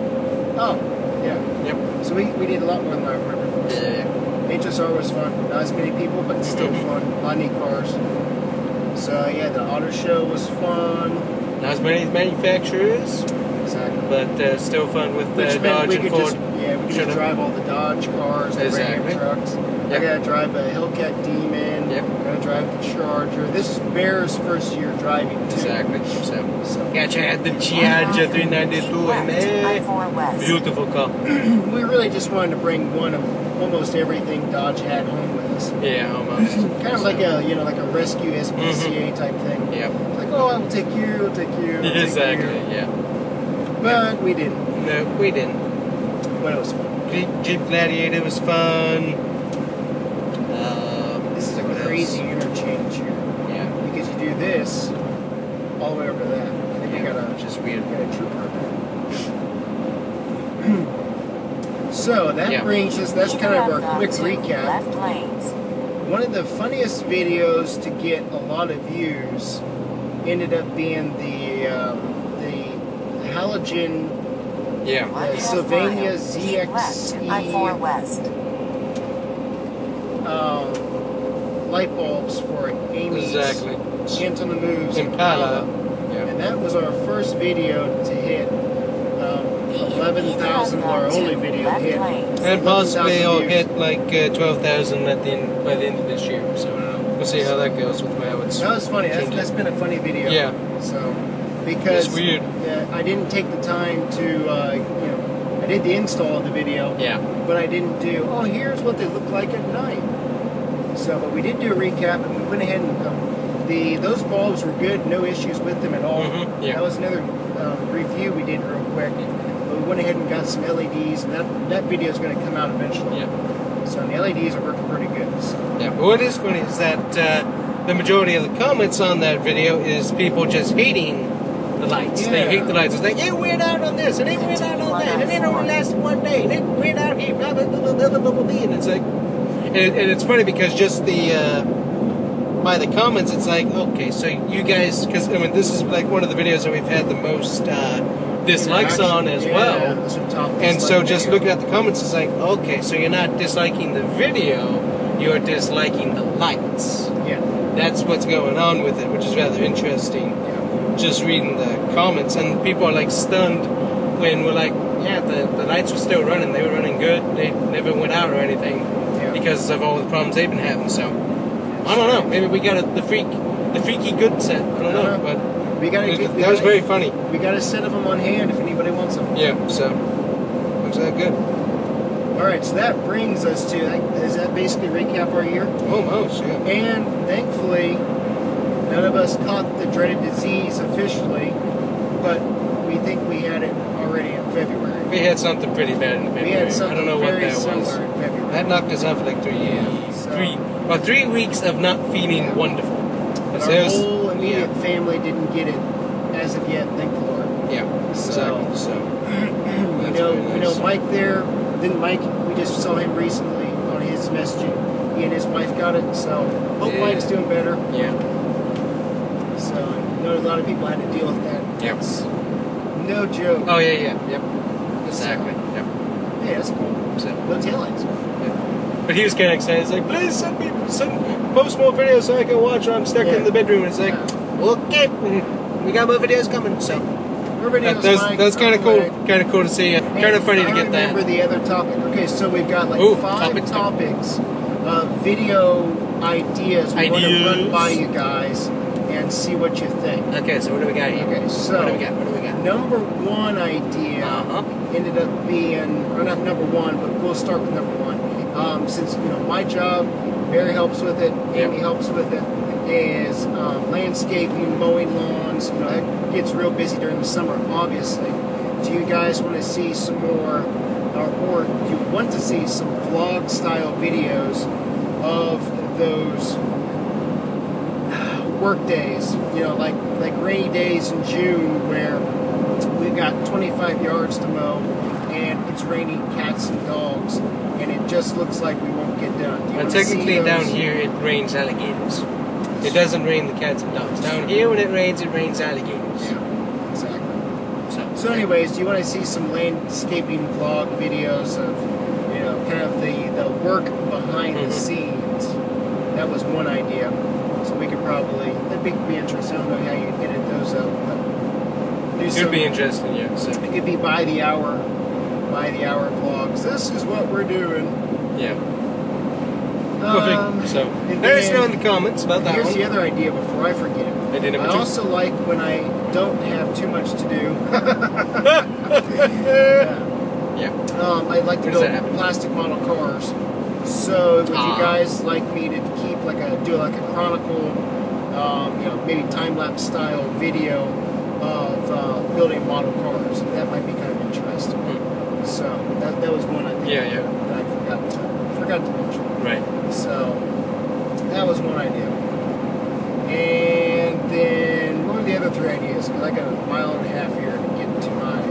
Speaker 3: Oh, yeah.
Speaker 2: Yep.
Speaker 3: So we, we did a lot more than I remember.
Speaker 2: Yeah.
Speaker 3: HSR was fun. Not as many people, but still
Speaker 2: Mhm.
Speaker 3: fun. A lot of neat cars. So yeah, the auto show was fun.
Speaker 2: Not as many manufacturers,
Speaker 3: Exactly.
Speaker 2: but uh, still fun with the
Speaker 3: Which meant
Speaker 2: Dodge
Speaker 3: we
Speaker 2: and
Speaker 3: could
Speaker 2: Ford.
Speaker 3: just yeah, we could
Speaker 2: Should've-
Speaker 3: just drive all the Dodge cars, the
Speaker 2: Exactly.
Speaker 3: Ram trucks. I
Speaker 2: Yep.
Speaker 3: gotta drive a Hellcat Demon.
Speaker 2: Yep.
Speaker 3: I'm gonna drive the Charger. This is Bear's first year driving too.
Speaker 2: Exactly. So,
Speaker 3: So
Speaker 2: gotcha. Had the Chiaggia 392 in
Speaker 5: Left
Speaker 2: there.
Speaker 5: on 4 West.
Speaker 2: Beautiful car.
Speaker 3: we really just wanted to bring one of almost everything Dodge had home with us.
Speaker 2: Yeah, almost. Mm-hmm.
Speaker 3: Kind of like a you know like a rescue SPCA type thing.
Speaker 2: Yep.
Speaker 3: Like oh, I will take you, I'll take you. I'll take you."
Speaker 2: Exactly, yeah.
Speaker 3: But we didn't.
Speaker 2: No, we didn't.
Speaker 3: What else? fun?
Speaker 2: Jeep, Jeep Gladiator was fun. Uh,
Speaker 3: This is
Speaker 2: what
Speaker 3: a
Speaker 2: else?
Speaker 3: crazy interchange here
Speaker 2: Yeah.
Speaker 3: because you do this all the way over to that. And then you
Speaker 2: Yeah,
Speaker 3: gotta
Speaker 2: which is weird.
Speaker 3: you gotta trooper. so that
Speaker 2: Yeah.
Speaker 3: brings us. That's
Speaker 5: Keep
Speaker 3: kind of
Speaker 5: it
Speaker 3: our
Speaker 5: up
Speaker 3: quick
Speaker 5: to
Speaker 3: recap.
Speaker 5: uh, Left lanes.
Speaker 3: One of the funniest videos to get a lot of views ended up being the um, the halogen.
Speaker 2: Yeah.
Speaker 5: One half
Speaker 3: Sylvania E
Speaker 5: mile. Keep left
Speaker 3: ZXE.
Speaker 5: to I-4 West.
Speaker 3: Um, light bulbs for Amy's
Speaker 2: Exactly.
Speaker 3: Gent on the Moves
Speaker 2: Impala. Yeah.
Speaker 3: and that was our first video to hit um, 11,000. Our only video to
Speaker 5: uh, Left
Speaker 3: hit.
Speaker 5: lanes.
Speaker 2: And possibly
Speaker 3: 11,000
Speaker 2: I'll
Speaker 3: views.
Speaker 2: get like uh, 12,000 at the end, by the end of this year. So I don't know. We'll see how that goes with how it's.
Speaker 3: That was funny. That's,
Speaker 2: changing.
Speaker 3: that's been a funny video.
Speaker 2: Yeah.
Speaker 3: So because
Speaker 2: It's weird.
Speaker 3: uh, I didn't take the time to uh, you know I did the install of the video.
Speaker 2: Yeah.
Speaker 3: but I didn't do, oh, here's what they look like at night. So, but we did do a recap and we went ahead and um, the those bulbs were good, no issues with them at all.
Speaker 2: Mhm, yeah.
Speaker 3: That was another um, review we did real quick. But we went ahead and got some LEDs, and that, that video is going to come out eventually.
Speaker 2: Yeah.
Speaker 3: So, the LEDs are working pretty good. So,
Speaker 2: Yeah. But what is funny is that uh, the majority of the comments on that video is people just hating the lights.
Speaker 3: Yeah.
Speaker 2: They hate the lights. It's like, it went out on this, and it went out on that, and it only lasted one day, and it went out here, blah, blah, blah, blah, blah, blah, blah, blah. And it's like, and, and it's funny because just the. Uh, by the comments, it's like, okay, so you guys, because I mean, this is like one of the videos that we've had the most uh, dislikes on as
Speaker 3: yeah,
Speaker 2: well.
Speaker 3: that's a top
Speaker 2: And so
Speaker 3: dislike
Speaker 2: just
Speaker 3: video.
Speaker 2: looking at the comments, it's like, okay, so you're not disliking the video, you're disliking the lights.
Speaker 3: Yeah,
Speaker 2: That's what's going on with it, which is rather interesting.
Speaker 3: yeah.
Speaker 2: Just reading the comments, and people are like stunned when we're like, yeah, the, the lights were still running, they were running good, they never went out or anything
Speaker 3: Yeah.
Speaker 2: because of all the problems they've been having. So I don't know, maybe we got a, the freak, the freaky good set. I don't know, but
Speaker 3: We got to
Speaker 2: it-
Speaker 3: get. we
Speaker 2: that was
Speaker 3: gotta-
Speaker 2: very funny.
Speaker 3: We got a set of them on hand if anybody wants them.
Speaker 2: Yeah, so looks that good.
Speaker 3: All right, so that brings us to. Is that basically recap our year?
Speaker 2: Almost, yeah.
Speaker 3: And thankfully, none of us caught the dreaded disease officially, but we think we had it already in February.
Speaker 2: We had something pretty bad in February.
Speaker 3: We had something
Speaker 2: I don't know what
Speaker 3: very
Speaker 2: that
Speaker 3: similar
Speaker 2: was.
Speaker 3: in February.
Speaker 2: That knocked us out for like three years.
Speaker 3: So-
Speaker 2: Three, well, three weeks of not feeling
Speaker 3: Yeah.
Speaker 2: wonderful.
Speaker 3: but
Speaker 2: So
Speaker 3: our
Speaker 2: it was-
Speaker 3: whole immediate family didn't get it as of yet, thank the Lord.
Speaker 2: Yeah, yeah exactly. So,
Speaker 3: We
Speaker 2: That's
Speaker 3: know,
Speaker 2: very
Speaker 3: we know
Speaker 2: nice.
Speaker 3: Mike there. Then Mike, we just saw him recently on his messaging. He and his wife got it, so hope
Speaker 2: Yeah.
Speaker 3: Mike's doing better.
Speaker 2: yeah,
Speaker 3: So I know a lot of people had to deal with that.
Speaker 2: yeah.
Speaker 3: No joke.
Speaker 2: Oh yeah, yeah, yep. Exactly. Yep.
Speaker 3: yeah, that's cool.
Speaker 2: Oh. So,
Speaker 3: No taillights.
Speaker 2: yeah. But he was kind of excited. He's like, please send me some post more videos so I can watch. Or I'm stuck
Speaker 3: Yeah.
Speaker 2: in the bedroom. It's like, okay, we got more videos coming. So
Speaker 3: Everybody
Speaker 2: that,
Speaker 3: knows
Speaker 2: that's
Speaker 3: Mike.
Speaker 2: that's kind of
Speaker 3: I'm
Speaker 2: cool.
Speaker 3: Mike.
Speaker 2: Kind of cool to see. Kind of
Speaker 3: And
Speaker 2: funny to
Speaker 3: I
Speaker 2: get that.
Speaker 3: remember the other topic. Okay, so we've got like
Speaker 2: Ooh,
Speaker 3: five
Speaker 2: topic.
Speaker 3: topics of video ideas we want to
Speaker 2: Ideas.
Speaker 3: run by you guys and see what you think.
Speaker 2: Okay, so what do we got here?
Speaker 3: Okay,
Speaker 2: What do we
Speaker 3: so
Speaker 2: got? What do we got?
Speaker 3: number one idea
Speaker 2: Uh-huh.
Speaker 3: ended up being, or not number one, but we'll start with number one. Um, since you know my job, Barry helps with it,
Speaker 2: Yeah.
Speaker 3: Amy helps with it. Is um, landscaping, mowing lawns. You know, that gets real busy during the summer, obviously. Do you guys want to see some more, or, or do you want to see some vlog style videos of those work days, you know, like like rainy days in June where we've got 25 yards to mow and it's raining cats and dogs and it just looks like we won't get done. Do you
Speaker 2: Well,
Speaker 3: wanna see
Speaker 2: technically,
Speaker 3: those?
Speaker 2: down here it rains alligators. It doesn't rain the cats and dogs. Down here, when it rains, it rains alligators.
Speaker 3: Yeah, exactly.
Speaker 2: So,
Speaker 3: So, anyways, do you want to see some landscaping vlog videos of, you know, kind of the the work behind
Speaker 2: Mhm.
Speaker 3: the scenes? That was one idea. So we could probably that'd be, be interesting. I don't know how you would edit those up, but do
Speaker 2: it
Speaker 3: some-
Speaker 2: would be interesting, yeah. So,
Speaker 3: It could be by the hour, by the hour vlogs. This is what we're doing.
Speaker 2: yeah.
Speaker 3: Um,
Speaker 2: Perfect. So,
Speaker 3: and
Speaker 2: let us know in
Speaker 3: then-
Speaker 2: the comments about that
Speaker 3: here's
Speaker 2: one.
Speaker 3: the other idea before I forget it.
Speaker 2: I did
Speaker 3: I
Speaker 2: number two.
Speaker 3: also like when I don't have too much to do.
Speaker 2: Yeah.
Speaker 3: Um, I like to
Speaker 2: Where does
Speaker 3: build
Speaker 2: that happen?
Speaker 3: plastic model cars. So would
Speaker 2: Ah.
Speaker 3: you guys like me to keep like a do like a chronicle um, you know, maybe time lapse style video of uh, building model cars. That might be kind of interesting. So that, that was one I think
Speaker 2: Hmm. Yeah, yeah.
Speaker 3: that I forgot to, forgot to mention.
Speaker 2: Right.
Speaker 3: So that was one idea. And then what were the other three ideas? Because I got a mile and a half here to get to my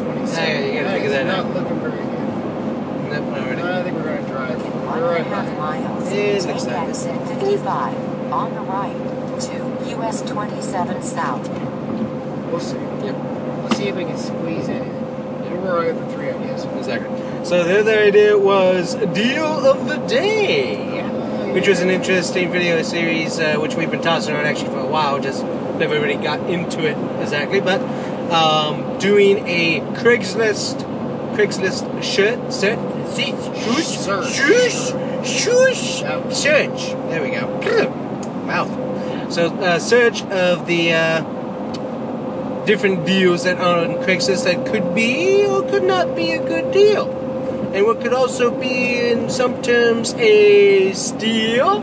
Speaker 3: 27.
Speaker 2: Hey, you gotta
Speaker 3: That
Speaker 2: figure
Speaker 3: is
Speaker 2: that
Speaker 3: not
Speaker 2: out.
Speaker 3: looking very good.
Speaker 2: Nope, not ready.
Speaker 3: I think we're gonna drive.
Speaker 5: In one
Speaker 3: We're
Speaker 5: and a
Speaker 3: right
Speaker 5: half
Speaker 3: back.
Speaker 5: miles,
Speaker 2: It's
Speaker 5: take
Speaker 2: exciting.
Speaker 5: exit 55 on the right to US 27 South.
Speaker 3: We'll see.
Speaker 2: Yep,
Speaker 3: Let's see if we can squeeze in here. What were our other three ideas?
Speaker 2: exactly. So the other idea was deal of the day, which was an interesting video series uh, which we've been tossing around actually for a while, just never really got into it exactly. But um, doing a Craigslist Craigslist shirt set see shoes
Speaker 3: Search.
Speaker 2: shoes shoes
Speaker 3: Ouch.
Speaker 2: search. Oh, There we go. Mouth. So uh, search of the. Uh, different deals that are on Craigslist that could be or could not be a good deal. And what could also be, in some terms, a steal.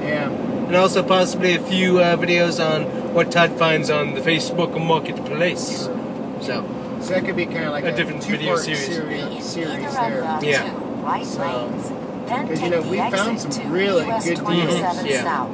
Speaker 3: Yeah.
Speaker 2: And also possibly a few uh, videos on what Todd finds on the Facebook marketplace. So,
Speaker 3: So that could be kind of like
Speaker 2: A
Speaker 3: a,
Speaker 2: different
Speaker 3: two-part
Speaker 2: video series.
Speaker 5: Be in
Speaker 3: Series,
Speaker 5: either
Speaker 3: series
Speaker 5: of
Speaker 3: there.
Speaker 5: the
Speaker 2: Yeah.
Speaker 5: two right
Speaker 3: So,
Speaker 5: lanes. Then
Speaker 3: 'cause,
Speaker 5: take
Speaker 3: you know,
Speaker 5: the
Speaker 3: we
Speaker 5: exit
Speaker 3: found some
Speaker 5: to
Speaker 3: really
Speaker 5: US
Speaker 3: good deals.
Speaker 5: 27
Speaker 2: Yeah.
Speaker 5: South.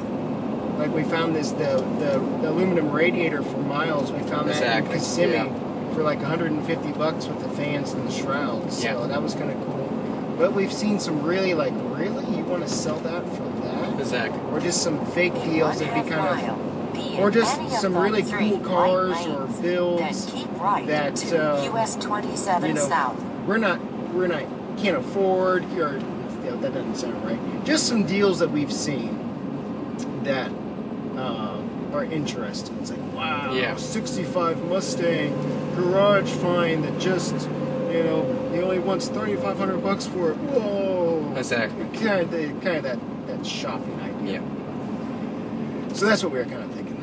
Speaker 3: Like we found this the the, the aluminum radiator for miles. We found that
Speaker 2: Exactly,
Speaker 3: in Kissimmee
Speaker 2: yeah.
Speaker 3: for like 150 bucks with the fans and the shrouds.
Speaker 2: Yeah.
Speaker 3: So that was kind of cool. But we've seen some really like really you want to sell that for that,
Speaker 2: exactly.
Speaker 3: or just some fake
Speaker 5: In
Speaker 3: deals
Speaker 5: one
Speaker 3: that'd be
Speaker 5: half
Speaker 3: kind of
Speaker 5: mile, be in
Speaker 3: or just
Speaker 5: any of
Speaker 3: some
Speaker 5: the
Speaker 3: really
Speaker 5: three
Speaker 3: cool
Speaker 5: right
Speaker 3: cars or
Speaker 5: lanes.
Speaker 3: builds
Speaker 5: Then keep right
Speaker 3: that,
Speaker 5: to
Speaker 3: uh,
Speaker 5: US 27
Speaker 3: you know
Speaker 5: South.
Speaker 3: we're not we're not can't afford or you know, that doesn't sound right. Just some deals that we've seen that uh, are interesting. It's like wow,
Speaker 2: Yeah.
Speaker 3: 65 Mustang garage find that just you know he only wants 3,500 bucks for it. Whoa,
Speaker 2: Exactly.
Speaker 3: Kind of, the- kind of that that shopping idea.
Speaker 2: Yeah.
Speaker 3: So that's what we were kind of thinking.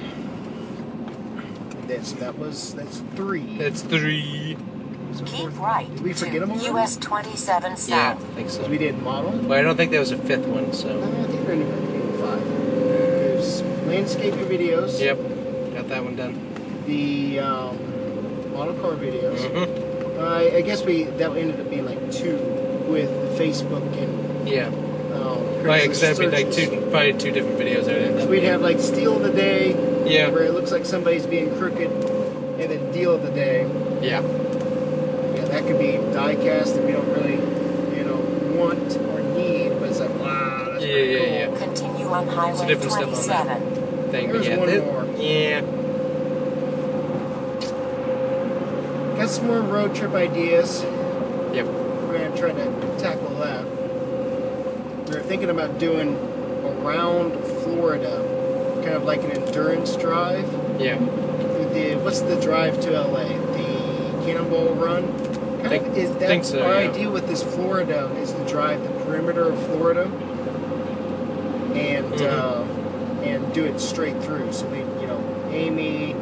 Speaker 3: That's that was that's three.
Speaker 2: That's three.
Speaker 3: So
Speaker 5: Keep
Speaker 3: fourth-
Speaker 5: right
Speaker 3: Did we forget
Speaker 5: to
Speaker 3: them already?
Speaker 5: US 27 South.
Speaker 2: Yeah, I think so.
Speaker 3: We did model.
Speaker 2: But I don't think there was a fifth one, so.
Speaker 3: I think they're in the five. There's landscaping videos.
Speaker 2: Yep, got that one done.
Speaker 3: The um, model car videos.
Speaker 2: hmm
Speaker 3: I, I guess we that ended up being like two with Facebook and
Speaker 2: Yeah,
Speaker 3: um,
Speaker 2: like,
Speaker 3: Craigslist
Speaker 2: exactly, like two,
Speaker 3: searches.
Speaker 2: probably two different videos I did.
Speaker 3: So we'd have like steal of the day,
Speaker 2: Yeah,
Speaker 3: where it looks like somebody's being crooked, and then deal of the day.
Speaker 2: yeah.
Speaker 3: Yeah, that could be diecast that we don't really, you know, want or need, but it's like wow, that's
Speaker 2: Yeah,
Speaker 3: pretty
Speaker 2: yeah,
Speaker 3: cool.
Speaker 2: yeah.
Speaker 5: Continue on Highway
Speaker 2: different step on that.
Speaker 5: 27.
Speaker 2: Thing, but
Speaker 3: There's
Speaker 2: yeah,
Speaker 3: one
Speaker 2: thi-
Speaker 3: more.
Speaker 2: yeah.
Speaker 3: Got some more road trip ideas.
Speaker 2: Yep.
Speaker 3: We're gonna try to tackle that. We were thinking about doing around Florida, kind of like an endurance drive.
Speaker 2: Yeah.
Speaker 3: The what's the drive to LA? The Cannonball Run. Kind
Speaker 2: Think-
Speaker 3: of is that
Speaker 2: think so,
Speaker 3: our
Speaker 2: yeah.
Speaker 3: idea with this Florida is to drive the perimeter of Florida and
Speaker 2: Mm-hmm.
Speaker 3: uh, and do it straight through. So we, you know, Amy,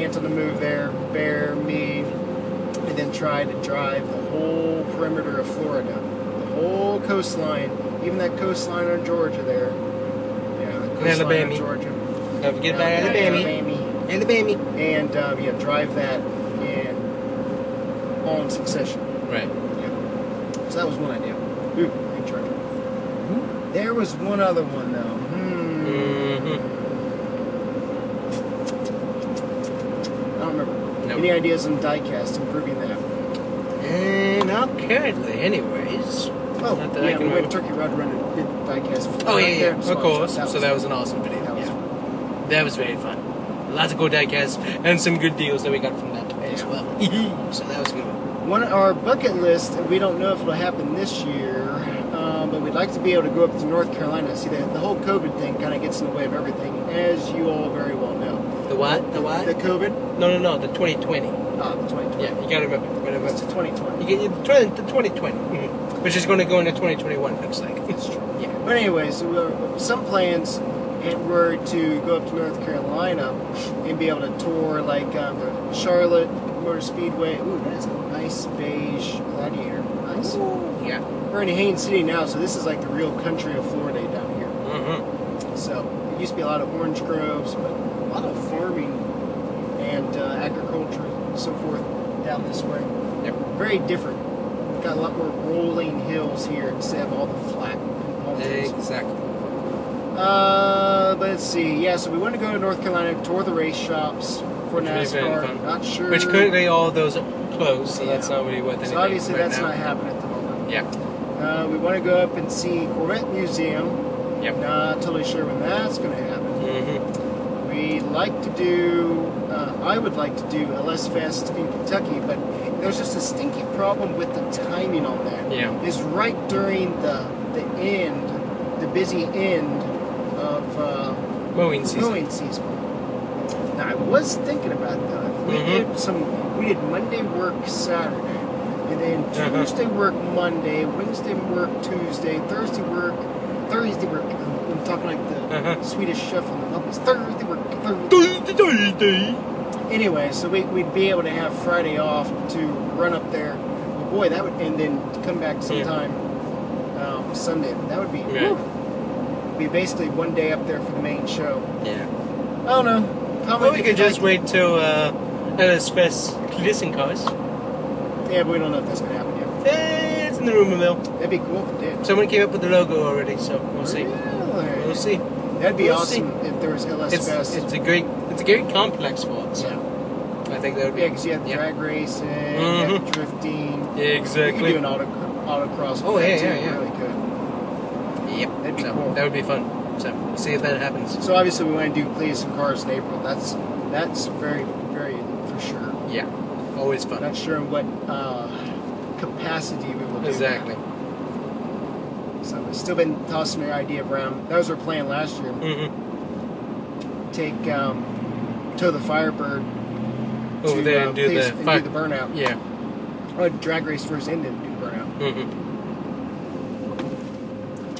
Speaker 3: Anton the move there, Bear, me, and then try to drive the whole perimeter of Florida, the whole coastline, even that coastline on Georgia there. Yeah, the coastline
Speaker 2: Alabama.
Speaker 3: on Georgia.
Speaker 2: Don't forget
Speaker 3: Yeah,
Speaker 2: about Alabama.
Speaker 3: Alabama.
Speaker 2: Alabama.
Speaker 3: And um, yeah, drive that in all in succession.
Speaker 2: Right.
Speaker 3: Yeah. So that was one idea. Ooh, good charger. There was one other one though. Hmm.
Speaker 2: Mm-hmm.
Speaker 3: I don't remember.
Speaker 2: Nope.
Speaker 3: Any ideas on diecast improving that?
Speaker 2: And not currently, anyways.
Speaker 3: Oh,
Speaker 2: Not that I
Speaker 3: yeah,
Speaker 2: can remember.
Speaker 3: we went Turkey Rod Runner did diecast.
Speaker 2: Oh yeah,
Speaker 3: right there,
Speaker 2: yeah.
Speaker 3: spot
Speaker 2: Of course.
Speaker 3: shot.
Speaker 2: so that was an awesome video.
Speaker 3: that was
Speaker 2: yeah. That was very fun. Lots of cool diecasts and some good deals that we got from that as
Speaker 3: Yeah.
Speaker 2: well. so that was a good. One.
Speaker 3: One of our bucket list, and we don't know if it'll happen this year, um, but we'd like to be able to go up to North Carolina. See, the, the whole COVID thing kind of gets in the way of everything, as you all very well know.
Speaker 2: The what? The what?
Speaker 3: The COVID,
Speaker 2: no, no, no. The 2020.
Speaker 3: ah, the 2020.
Speaker 2: Yeah, you gotta remember. Gotta
Speaker 3: It's the
Speaker 2: remember.
Speaker 3: 2020.
Speaker 2: You get you, the 2020, mhm, which is going to go into 2021. Looks like.
Speaker 3: It's true.
Speaker 2: Yeah.
Speaker 3: But anyways, so we're- some plans and were to go up to North Carolina and be able to tour like um, the Charlotte Motor Speedway. Ooh, that's a nice beige gladiator. Nice.
Speaker 2: Yeah.
Speaker 3: We're in Haines City now, so this is like the real country of Florida down here.
Speaker 2: Mm-hmm.
Speaker 3: So used to be a lot of orange groves, but a lot of farming and uh, agriculture and so forth down this way.
Speaker 2: Yep.
Speaker 3: Very different. Got a lot more rolling hills here instead of all the flat. mountains.
Speaker 2: Exactly.
Speaker 3: Uh, but let's see. Yeah, so we want to go to North Carolina, tour the race shops for
Speaker 2: Which may have been
Speaker 3: NASCAR.
Speaker 2: fun.
Speaker 3: Not sure.
Speaker 2: Which currently all those are closed, so that's
Speaker 3: Yeah.
Speaker 2: not really worth anything.
Speaker 3: So obviously
Speaker 2: right
Speaker 3: that's
Speaker 2: now.
Speaker 3: not happening at the moment.
Speaker 2: Yeah.
Speaker 3: Uh, we want to go up and see Corvette Museum.
Speaker 2: Yep.
Speaker 3: Not totally sure when that's going to happen.
Speaker 2: Mm-hmm.
Speaker 3: We like to do. Uh, I would like to do LS Fest in Kentucky, but there's just a stinky problem with the timing on that.
Speaker 2: Yeah.
Speaker 3: Is right during the the end, the busy end of. Uh,
Speaker 2: Mowing season.
Speaker 3: Mowing season. Now I was thinking about that. If we
Speaker 2: Mhm.
Speaker 3: did some. We did Monday work Saturday, and then
Speaker 2: Uh-huh.
Speaker 3: Tuesday work Monday, Wednesday work Tuesday, Thursday work Thursday work. I'm talking like the
Speaker 2: Uh-huh.
Speaker 3: Swedish Chef on the Muppets. Thursday work Thursday.
Speaker 2: Thursday, Thursday.
Speaker 3: Anyway, so we, we'd be able to have Friday off to run up there. Boy, that would, and then come back sometime um, Sunday. That would be.
Speaker 2: Yeah.
Speaker 3: whew, be basically one day up there for the main show.
Speaker 2: Yeah.
Speaker 3: I don't know. How
Speaker 2: Well, we
Speaker 3: people
Speaker 2: could just
Speaker 3: like-
Speaker 2: wait till uh, LS Fest listen cars.
Speaker 3: Yeah, but we don't know if that's gonna happen yet.
Speaker 2: Eh, It's in the rumor mill.
Speaker 3: That'd be cool if it did.
Speaker 2: Someone came up with the logo already, so we'll see.
Speaker 3: Really?
Speaker 2: We'll see.
Speaker 3: That'd be
Speaker 2: We'll
Speaker 3: awesome if there was LS
Speaker 2: It's,
Speaker 3: Fest.
Speaker 2: it's a great it's a great complex for it. So
Speaker 3: yeah,
Speaker 2: I think that would be
Speaker 3: because you had
Speaker 2: yeah.
Speaker 3: drag racing, you had
Speaker 2: Mhm.
Speaker 3: drifting. You could
Speaker 2: Exactly.
Speaker 3: do an auto, autocross.
Speaker 2: Oh,
Speaker 3: with that
Speaker 2: yeah,
Speaker 3: too,
Speaker 2: yeah, yeah.
Speaker 3: Really good.
Speaker 2: Yep.
Speaker 3: That'd be
Speaker 2: so,
Speaker 3: cool.
Speaker 2: That would be fun. So we'll see if that happens.
Speaker 3: So obviously we want to do Please and Cars in April. That's that's very very for sure.
Speaker 2: Yeah. Always fun.
Speaker 3: Not sure in what uh, capacity we will do.
Speaker 2: Exactly.
Speaker 3: So it's still been tossing the idea around. That was our plan last year.
Speaker 2: Mm-hmm.
Speaker 3: Take um, tow the Firebird
Speaker 2: Over there
Speaker 3: uh,
Speaker 2: and do
Speaker 3: Please
Speaker 2: the
Speaker 3: and
Speaker 2: fun.
Speaker 3: do the burnout.
Speaker 2: yeah.
Speaker 3: Oh, drag race first ended do burnout.
Speaker 2: Mm-hmm.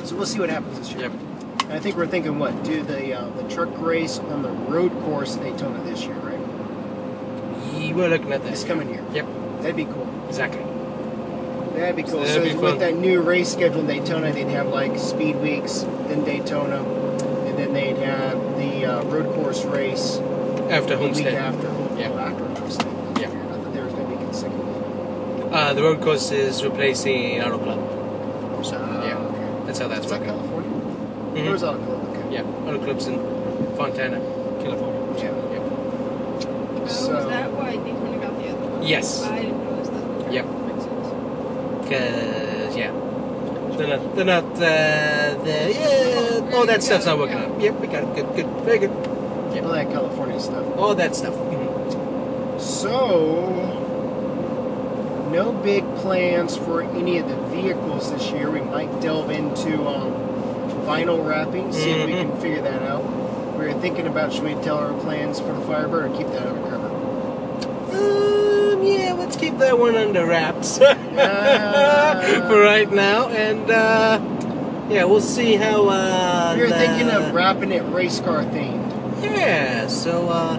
Speaker 3: So we'll see what happens this year.
Speaker 2: Yep.
Speaker 3: And I think we're thinking what do the uh, the truck race on the road course at Daytona this year, right?
Speaker 2: Ye- We're looking at that.
Speaker 3: This coming year.
Speaker 2: Yep.
Speaker 3: That'd be cool.
Speaker 2: Exactly.
Speaker 3: That'd be cool.
Speaker 2: That'd
Speaker 3: so
Speaker 2: be
Speaker 3: with
Speaker 2: fun.
Speaker 3: that new race schedule in Daytona, they'd have like speed weeks, then Daytona, and then they'd have the uh, road course race
Speaker 2: After
Speaker 3: the week
Speaker 2: Homestead.
Speaker 3: after.
Speaker 2: Yeah.
Speaker 3: Oh, after Homestead.
Speaker 2: Yeah.
Speaker 3: I thought there was going to be consecutive.
Speaker 2: Uh, the road course is replacing Auto Club.
Speaker 3: So,
Speaker 2: yeah.
Speaker 3: Okay.
Speaker 2: That's how that's
Speaker 3: Is that
Speaker 2: working.
Speaker 3: California?
Speaker 2: Mhm.
Speaker 3: Where's all Okay.
Speaker 2: Yeah. Auto Club's in Fontana, California.
Speaker 3: Yeah.
Speaker 2: Yep.
Speaker 4: Oh,
Speaker 3: So-
Speaker 4: is that why Daytona got the other one?
Speaker 2: Yes.
Speaker 4: I didn't notice that.
Speaker 2: Yep.
Speaker 4: Makes sense.
Speaker 2: Cause yeah. They're not. They're not. Uh, they're, yeah. All that stuff's not working out. Yep. We got it. Good. Good. Very good.
Speaker 3: All that California stuff.
Speaker 2: All that stuff. Mhm.
Speaker 3: So, no big plans for any of the vehicles this year. We might delve into um, vinyl wrapping, see if we
Speaker 2: Mhm.
Speaker 3: can figure that out. We were thinking about should we tell our plans for the Firebird or keep that undercover?
Speaker 2: Um, yeah, let's keep that one under wraps
Speaker 3: Uh. Ah.
Speaker 2: for right now, and uh, yeah, we'll see how. Uh,
Speaker 3: We were
Speaker 2: the-
Speaker 3: thinking of wrapping it race car themed.
Speaker 2: Yeah, so uh,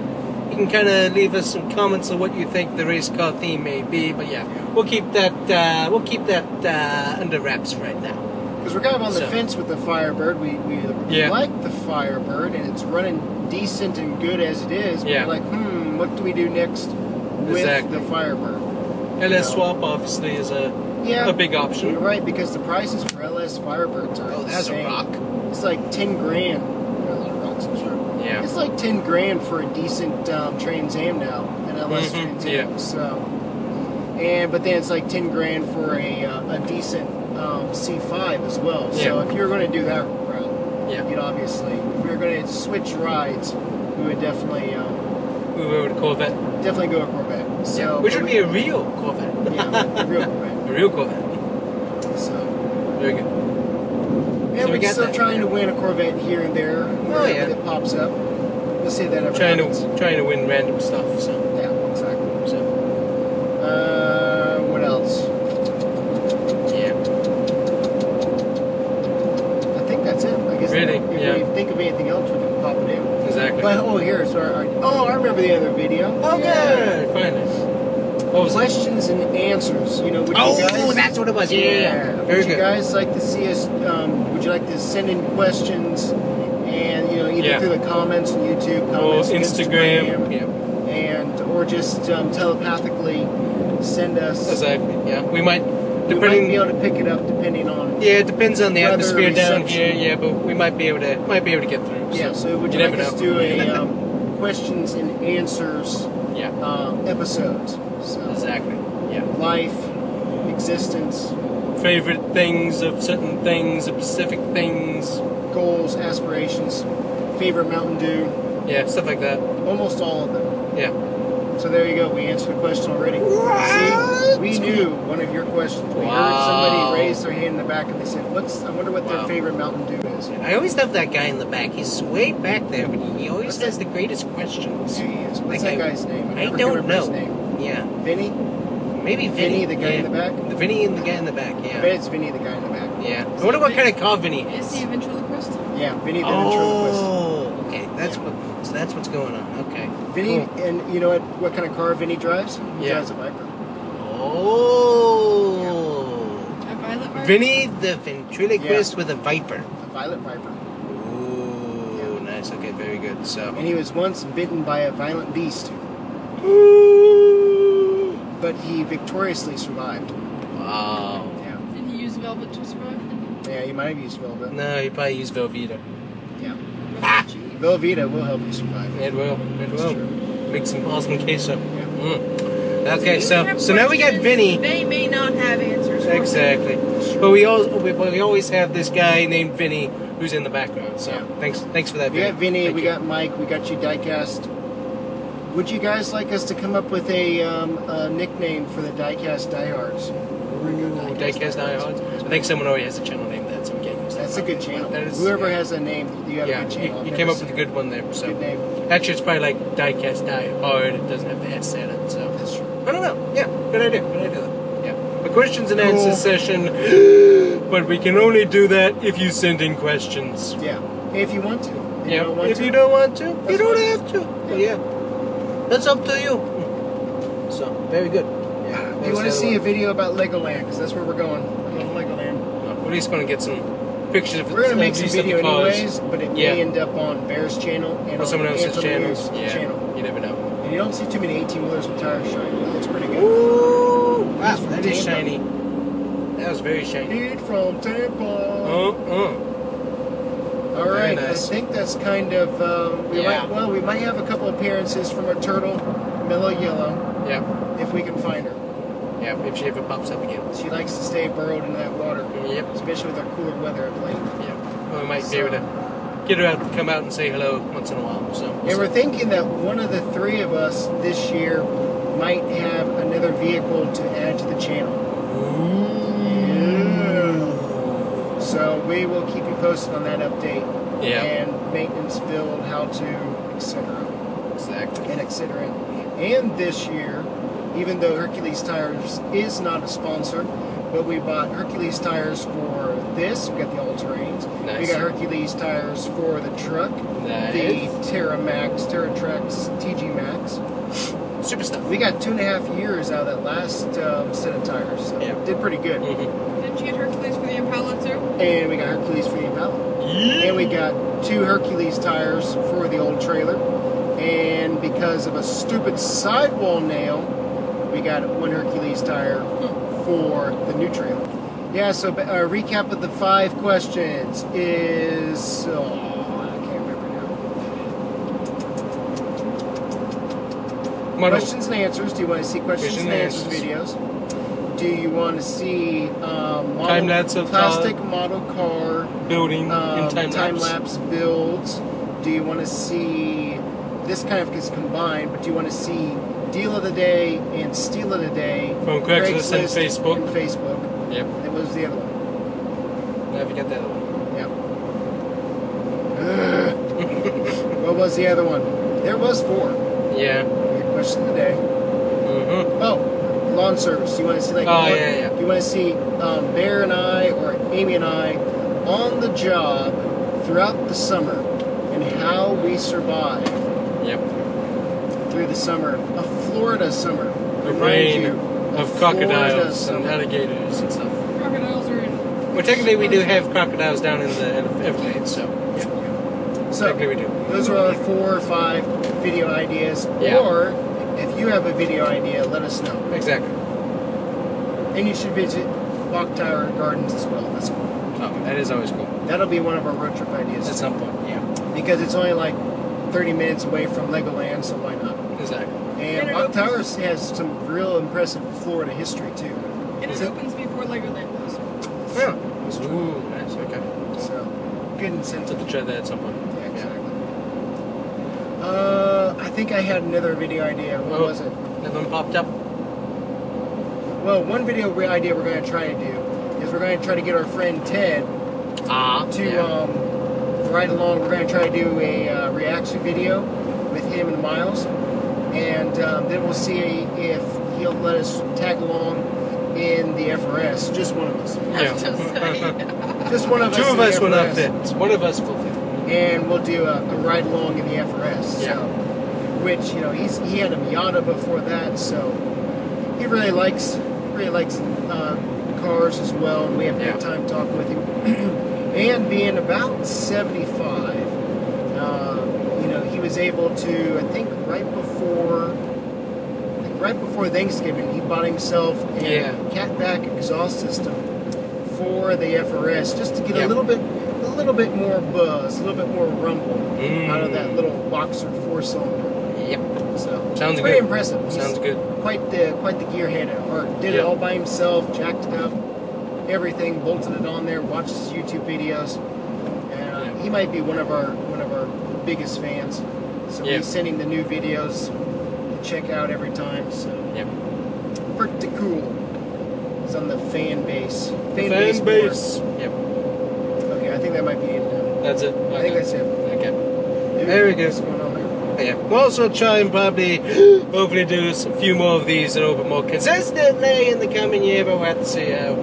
Speaker 2: you can kind of leave us some comments on what you think the race car theme may be, but yeah, we'll keep that uh, we'll keep that uh, under wraps right now.
Speaker 3: Because we're kind of on the
Speaker 2: So-
Speaker 3: fence with the Firebird. We, we
Speaker 2: Yeah.
Speaker 3: like the Firebird and it's running decent and good as it is. but
Speaker 2: Yeah.
Speaker 3: We're like, hmm, what do we do next with
Speaker 2: Exactly.
Speaker 3: the Firebird?
Speaker 2: LS
Speaker 3: Yeah.
Speaker 2: swap obviously is a
Speaker 3: Yeah.
Speaker 2: a big option.
Speaker 3: You're right because the prices for LS Firebirds are
Speaker 2: Oh, that's a
Speaker 3: insane.
Speaker 2: rock.
Speaker 3: It's like ten grand. There are a lot of rocks in this room.
Speaker 2: Yeah.
Speaker 3: It's like ten grand for a decent um, Trans Am now, an LS
Speaker 2: Mhm,
Speaker 3: Trans Am.
Speaker 2: yeah.
Speaker 3: So, and but then it's like ten grand for a uh, a decent um, C5 as well. So
Speaker 2: Yeah.
Speaker 3: if you're going to do that route,
Speaker 2: Yeah,
Speaker 3: you'd obviously if we were going to switch rides, we would definitely um,
Speaker 2: we would Corvette.
Speaker 3: definitely go a Corvette. So
Speaker 2: yeah, which
Speaker 3: but
Speaker 2: would
Speaker 3: we-
Speaker 2: be a real Corvette,
Speaker 3: yeah, a real Corvette.
Speaker 2: a real Corvette.
Speaker 3: So.
Speaker 2: Very good.
Speaker 3: Yeah,
Speaker 2: So we
Speaker 3: we're
Speaker 2: got
Speaker 3: still
Speaker 2: that. Oh,
Speaker 3: trying to win a Corvette here and there. wherever
Speaker 2: yeah.
Speaker 3: It pops up. We'll see if that ever
Speaker 2: Trying
Speaker 3: happens.
Speaker 2: to trying to win random stuff. So,
Speaker 3: Yeah, exactly.
Speaker 2: so
Speaker 3: Uh, what else?
Speaker 2: yeah,
Speaker 3: I think that's it. I guess
Speaker 2: Really?
Speaker 3: if
Speaker 2: Yeah.
Speaker 3: we think of anything else, we can pop it in.
Speaker 2: exactly.
Speaker 3: But oh, here's our, our. Oh, I remember the other video.
Speaker 2: oh, good, finally. What was it?
Speaker 3: Questions and answers. You know, would
Speaker 2: Oh,
Speaker 3: you guys?
Speaker 2: that's what it was. Yeah,
Speaker 3: Yeah.
Speaker 2: very
Speaker 3: would you
Speaker 2: good.
Speaker 3: guys like to see us? Um, would you like to send in questions? and you know either
Speaker 2: Yeah.
Speaker 3: through the comments on YouTube,
Speaker 2: Or
Speaker 3: comments on
Speaker 2: Instagram. Yeah.
Speaker 3: Instagram, and or just um, telepathically send us.
Speaker 2: As I, yeah, we might,
Speaker 3: we might
Speaker 2: depending.
Speaker 3: be able to pick it up depending on.
Speaker 2: yeah, it depends on the
Speaker 3: Weather
Speaker 2: atmosphere down here.
Speaker 3: reception.
Speaker 2: Yeah, but we might be able to, might be able to get through.
Speaker 3: Yeah, so would you,
Speaker 2: You
Speaker 3: like
Speaker 2: never
Speaker 3: us to
Speaker 2: know.
Speaker 3: do a um, questions and answers
Speaker 2: Yeah,
Speaker 3: uh, episode? So
Speaker 2: exactly. Yeah.
Speaker 3: life, existence,
Speaker 2: Favorite things of certain things, of specific things.
Speaker 3: goals, aspirations, favorite Mountain Dew,
Speaker 2: Yeah, stuff like that.
Speaker 3: almost all of them.
Speaker 2: Yeah.
Speaker 3: So there you go. We answered the question already. See, we knew one of your questions. We heard
Speaker 2: Wow.
Speaker 3: somebody raise their hand in the back and they said, "What's? I wonder what
Speaker 2: Wow.
Speaker 3: their favorite Mountain Dew is."
Speaker 2: I always love that guy in the back. He's way back there, but he always has the greatest questions.
Speaker 3: He is. What's
Speaker 2: Like
Speaker 3: that
Speaker 2: I-
Speaker 3: guy's name?
Speaker 2: I
Speaker 3: never can
Speaker 2: don't
Speaker 3: remember his
Speaker 2: know.
Speaker 3: name.
Speaker 2: Yeah.
Speaker 3: Vinny.
Speaker 2: Maybe Vinny.
Speaker 3: Vinny, the guy in the
Speaker 2: yeah.
Speaker 3: back?
Speaker 2: The Vinny and the guy in the back,
Speaker 3: I
Speaker 2: yeah.
Speaker 3: bet it's Vinny, the guy in the back.
Speaker 2: Yeah. I wonder what kind of car Vinny
Speaker 4: Is
Speaker 2: is.
Speaker 4: he a ventriloquist?
Speaker 3: Yeah, Vinny the ventriloquist.
Speaker 2: Oh, okay. That's what. So that's what's going on. Okay.
Speaker 3: Vinny,
Speaker 2: Cool.
Speaker 3: and you know what, what kind of car Vinny drives? He
Speaker 2: Yeah.
Speaker 3: drives a Viper.
Speaker 2: Oh.
Speaker 4: A violet bird?
Speaker 2: Vinny the ventriloquist with a viper.
Speaker 3: A Violet Viper.
Speaker 2: Ooh, nice. Okay, very good. So.
Speaker 3: And he was once bitten by a violent beast,
Speaker 2: Ooh.
Speaker 3: but he victoriously survived.
Speaker 2: Wow.
Speaker 3: Yeah.
Speaker 4: Did he use velvet to survive?
Speaker 3: Yeah, he might have used Velveeta.
Speaker 2: No, you probably use Velveeta.
Speaker 3: Yeah.
Speaker 4: Ah! Cheese.
Speaker 3: Velveeta will help you survive.
Speaker 2: It will. It
Speaker 3: That's
Speaker 2: will.
Speaker 3: true.
Speaker 2: Make some awesome queso.
Speaker 3: Yeah.
Speaker 2: Mm. Okay,
Speaker 6: You
Speaker 2: so
Speaker 6: have
Speaker 2: so now we got
Speaker 6: questions,
Speaker 2: Vinny.
Speaker 6: They may not have answers. for
Speaker 2: Exactly. But we all we, but we always have this guy named Vinny who's in the background. So
Speaker 3: Yeah.
Speaker 2: thanks thanks for that.
Speaker 3: We got Vinny,
Speaker 2: Thank
Speaker 3: we
Speaker 2: you.
Speaker 3: got Mike, we got you diecast. Would you guys like us to come up with a, um, a nickname for the diecast diehards? We're gonna go
Speaker 2: Ooh, Diecast Diehards. I think someone already has a channel name that's I'm getting. used to.
Speaker 3: That's a good channel.
Speaker 2: That is-
Speaker 3: Whoever
Speaker 2: yeah.
Speaker 3: has a name, you have a
Speaker 2: Yeah,
Speaker 3: good channel.
Speaker 2: you,
Speaker 3: I've
Speaker 2: you
Speaker 3: never
Speaker 2: came up
Speaker 3: seen
Speaker 2: with a
Speaker 3: it.
Speaker 2: good one there. So
Speaker 3: Good name.
Speaker 2: actually, it's probably like Diecast Die Hard. It doesn't have the S in it. So
Speaker 3: That's true.
Speaker 2: I don't know. Yeah, good idea. Good idea. Yeah, a questions and
Speaker 3: Cool.
Speaker 2: answers session. But we can only do that if you send in questions.
Speaker 3: Yeah. If you want to. If
Speaker 2: Yeah,
Speaker 3: You don't want
Speaker 2: if
Speaker 3: to.
Speaker 2: you don't want to, you
Speaker 3: That's
Speaker 2: don't
Speaker 3: fine.
Speaker 2: have to. Yeah. that's up to you. So very good. Yeah,
Speaker 3: You want to see a video about Legoland? Because that's where we're going. We're going to Legoland.
Speaker 2: We're just Uh, gonna get some pictures of
Speaker 3: We're going
Speaker 2: of
Speaker 3: to make some
Speaker 2: these at the
Speaker 3: video
Speaker 2: cars.
Speaker 3: anyways, but it may
Speaker 2: Yeah.
Speaker 3: end up on Bear's channel and
Speaker 2: Or
Speaker 3: on
Speaker 2: someone else's
Speaker 3: Anthony
Speaker 2: channel.
Speaker 3: Wu's
Speaker 2: Yeah,
Speaker 3: channel.
Speaker 2: you never know.
Speaker 3: And you don't see too many 18 wheelers with tires shining. It looks pretty good.
Speaker 2: Ooh, wow,
Speaker 3: He's from
Speaker 2: that is
Speaker 3: Tampa.
Speaker 2: shiny. That was very shiny.
Speaker 3: Dude from Tampa.
Speaker 2: Uh, uh.
Speaker 3: All right,
Speaker 2: nice.
Speaker 3: I think that's kind of. Um, we
Speaker 2: Yeah.
Speaker 3: might, well, we might have a couple appearances from our turtle, Mellow Yellow,
Speaker 2: Yeah,
Speaker 3: if we can find her.
Speaker 2: yeah. If she ever pops up again. Mm,
Speaker 3: She likes to stay burrowed in that water,
Speaker 2: Yep.
Speaker 3: especially with our cooler weather of late.
Speaker 2: Yeah. Well, we might be able to get her out, to come out and say hello once in a while. So. we'll
Speaker 3: And
Speaker 2: see.
Speaker 3: we're thinking that one of the three of us this year might have another vehicle to add to the channel. So we will keep you posted on that update
Speaker 2: Yeah.
Speaker 3: and maintenance build, how to, etc.
Speaker 2: Exactly.
Speaker 3: and etc. And this year, even though Hercules Tires is not a sponsor, but we bought Hercules tires for this. We got the all terrains. We
Speaker 2: Nice.
Speaker 3: got Hercules tires for the truck,
Speaker 2: Nice.
Speaker 3: the Terra Max, Terra Trax, TG Max.
Speaker 2: Super stuff.
Speaker 3: We got two and a half years out of that last um, set of tires. So
Speaker 2: Yeah.
Speaker 3: Did pretty good.
Speaker 2: Mhm.
Speaker 6: Didn't you get Hercules for the Impala too?
Speaker 3: And we got Hercules for the Impala. And we got two Hercules tires for the old trailer. And because of a stupid sidewall nail, we got one Hercules tire for the new trailer. Yeah, so ba- a recap of the five questions is. Oh, I can't remember now.
Speaker 2: Model.
Speaker 3: Questions and answers. Do you want to see questions
Speaker 2: Question
Speaker 3: and
Speaker 2: and
Speaker 3: answers
Speaker 2: answers.
Speaker 3: videos? Do you want to see um, model,
Speaker 2: Time lapse of, uh,
Speaker 3: plastic model car?
Speaker 2: building
Speaker 3: um,
Speaker 2: in time, lapse.
Speaker 3: lapse builds. Do you want to see this kind of gets combined? But do you want to see deal of the day and steal of the day
Speaker 2: From Craigslist and Facebook.
Speaker 3: And Facebook.
Speaker 2: Yep.
Speaker 3: And what was the other one?
Speaker 2: I forget that one.
Speaker 3: Yeah. Ugh. what was the other one? There was four.
Speaker 2: Yeah.
Speaker 3: Your question of the day.
Speaker 2: Mm-hmm.
Speaker 3: Oh, lawn service. Do you want to see like?
Speaker 2: Oh,
Speaker 3: lawn-
Speaker 2: yeah, yeah.
Speaker 3: Do you want to see um, Bear and I or Amy and I on the job throughout the summer and how we survive?
Speaker 2: Yep.
Speaker 3: through the summer, a Florida summer.
Speaker 2: The
Speaker 3: Remind
Speaker 2: rain
Speaker 3: you, a
Speaker 2: of um,
Speaker 3: Florida
Speaker 2: crocodiles and
Speaker 3: summer.
Speaker 2: alligators and stuff.
Speaker 4: Crocodiles are in.
Speaker 2: Well, technically, we do have crocodiles down in the Everglades, so. Yeah.
Speaker 3: So
Speaker 2: Technically, we do.
Speaker 3: those are our four or five video ideas.
Speaker 2: Yeah.
Speaker 3: Or if you have a video idea, let us know.
Speaker 2: Exactly.
Speaker 3: And you should visit Clock Tower Gardens as well. That's cool.
Speaker 2: Oh, that is always cool.
Speaker 3: That'll be one of our road trip
Speaker 2: At
Speaker 3: ideas
Speaker 2: some point, yeah.
Speaker 3: because it's only like 30 minutes away from Legoland, so why not?
Speaker 2: Exactly.
Speaker 3: And
Speaker 6: it
Speaker 3: Clock
Speaker 6: opens-
Speaker 3: Tower has some real impressive Florida history too.
Speaker 6: And it
Speaker 3: So-
Speaker 6: opens before Legoland does.
Speaker 3: Yeah.
Speaker 2: Ooh, nice. Okay.
Speaker 3: So good
Speaker 2: Let's have
Speaker 3: incentive.
Speaker 2: to try that at some point.
Speaker 3: Yeah, exactly. Uh, I think I had another video idea. What
Speaker 2: Oh.
Speaker 3: was it?
Speaker 2: Nothing popped up.
Speaker 3: Well, one video we- idea we're going to try to do is we're going to try to get our friend Ted
Speaker 2: Ah.
Speaker 3: to
Speaker 2: yeah.
Speaker 3: um, ride along. We're going to try to do a uh, reaction video with him and Miles, and um, then we'll see if he'll let us tag along in the FRS. Just one of us.
Speaker 2: Yeah.
Speaker 3: Just one of
Speaker 2: Two
Speaker 3: us. in
Speaker 2: of
Speaker 3: the
Speaker 2: us will not
Speaker 3: FRS,
Speaker 2: fit. One of us will fit.
Speaker 3: And we'll do uh, a, a ride along in the FRS.
Speaker 2: Yeah.
Speaker 3: So, which you know he's he had a Miata before that, so he really likes really likes uh, cars as well. And we have a
Speaker 2: Yeah.
Speaker 3: good time talking with him. and being about seventy five, uh, you know, he was able to I think right before. I think Right before Thanksgiving, he bought himself a
Speaker 2: Yeah.
Speaker 3: catback exhaust system for the FRS just to get
Speaker 2: Yeah.
Speaker 3: a little bit, a little bit more buzz, a little bit more rumble out of that
Speaker 2: Mm.
Speaker 3: little boxer four cylinder.
Speaker 2: Yep.
Speaker 3: So
Speaker 2: Sounds
Speaker 3: pretty
Speaker 2: good.
Speaker 3: impressive. He's
Speaker 2: Sounds good.
Speaker 3: Quite the quite the gearhead, or did
Speaker 2: Yeah.
Speaker 3: it all by himself, jacked it up, everything, bolted it on there, watched his YouTube videos. And, uh,
Speaker 2: Yeah.
Speaker 3: He might be one of our one of our biggest fans. So
Speaker 2: Yeah.
Speaker 3: we send him the new videos to check out every time. So
Speaker 2: Yep.
Speaker 3: pretty cool. It's on the fan base. Fan,
Speaker 2: Fan
Speaker 3: board.
Speaker 2: base. Yep.
Speaker 3: Okay, I think that might be it now.
Speaker 2: That's it. Okay.
Speaker 3: I think that's it.
Speaker 2: Okay.
Speaker 3: Dude,
Speaker 2: There we go.
Speaker 3: What's going on there?
Speaker 2: Yeah. We'll also try and probably hopefully do s- a few more of these a little bit more consistently in the coming year, but we'll have to see how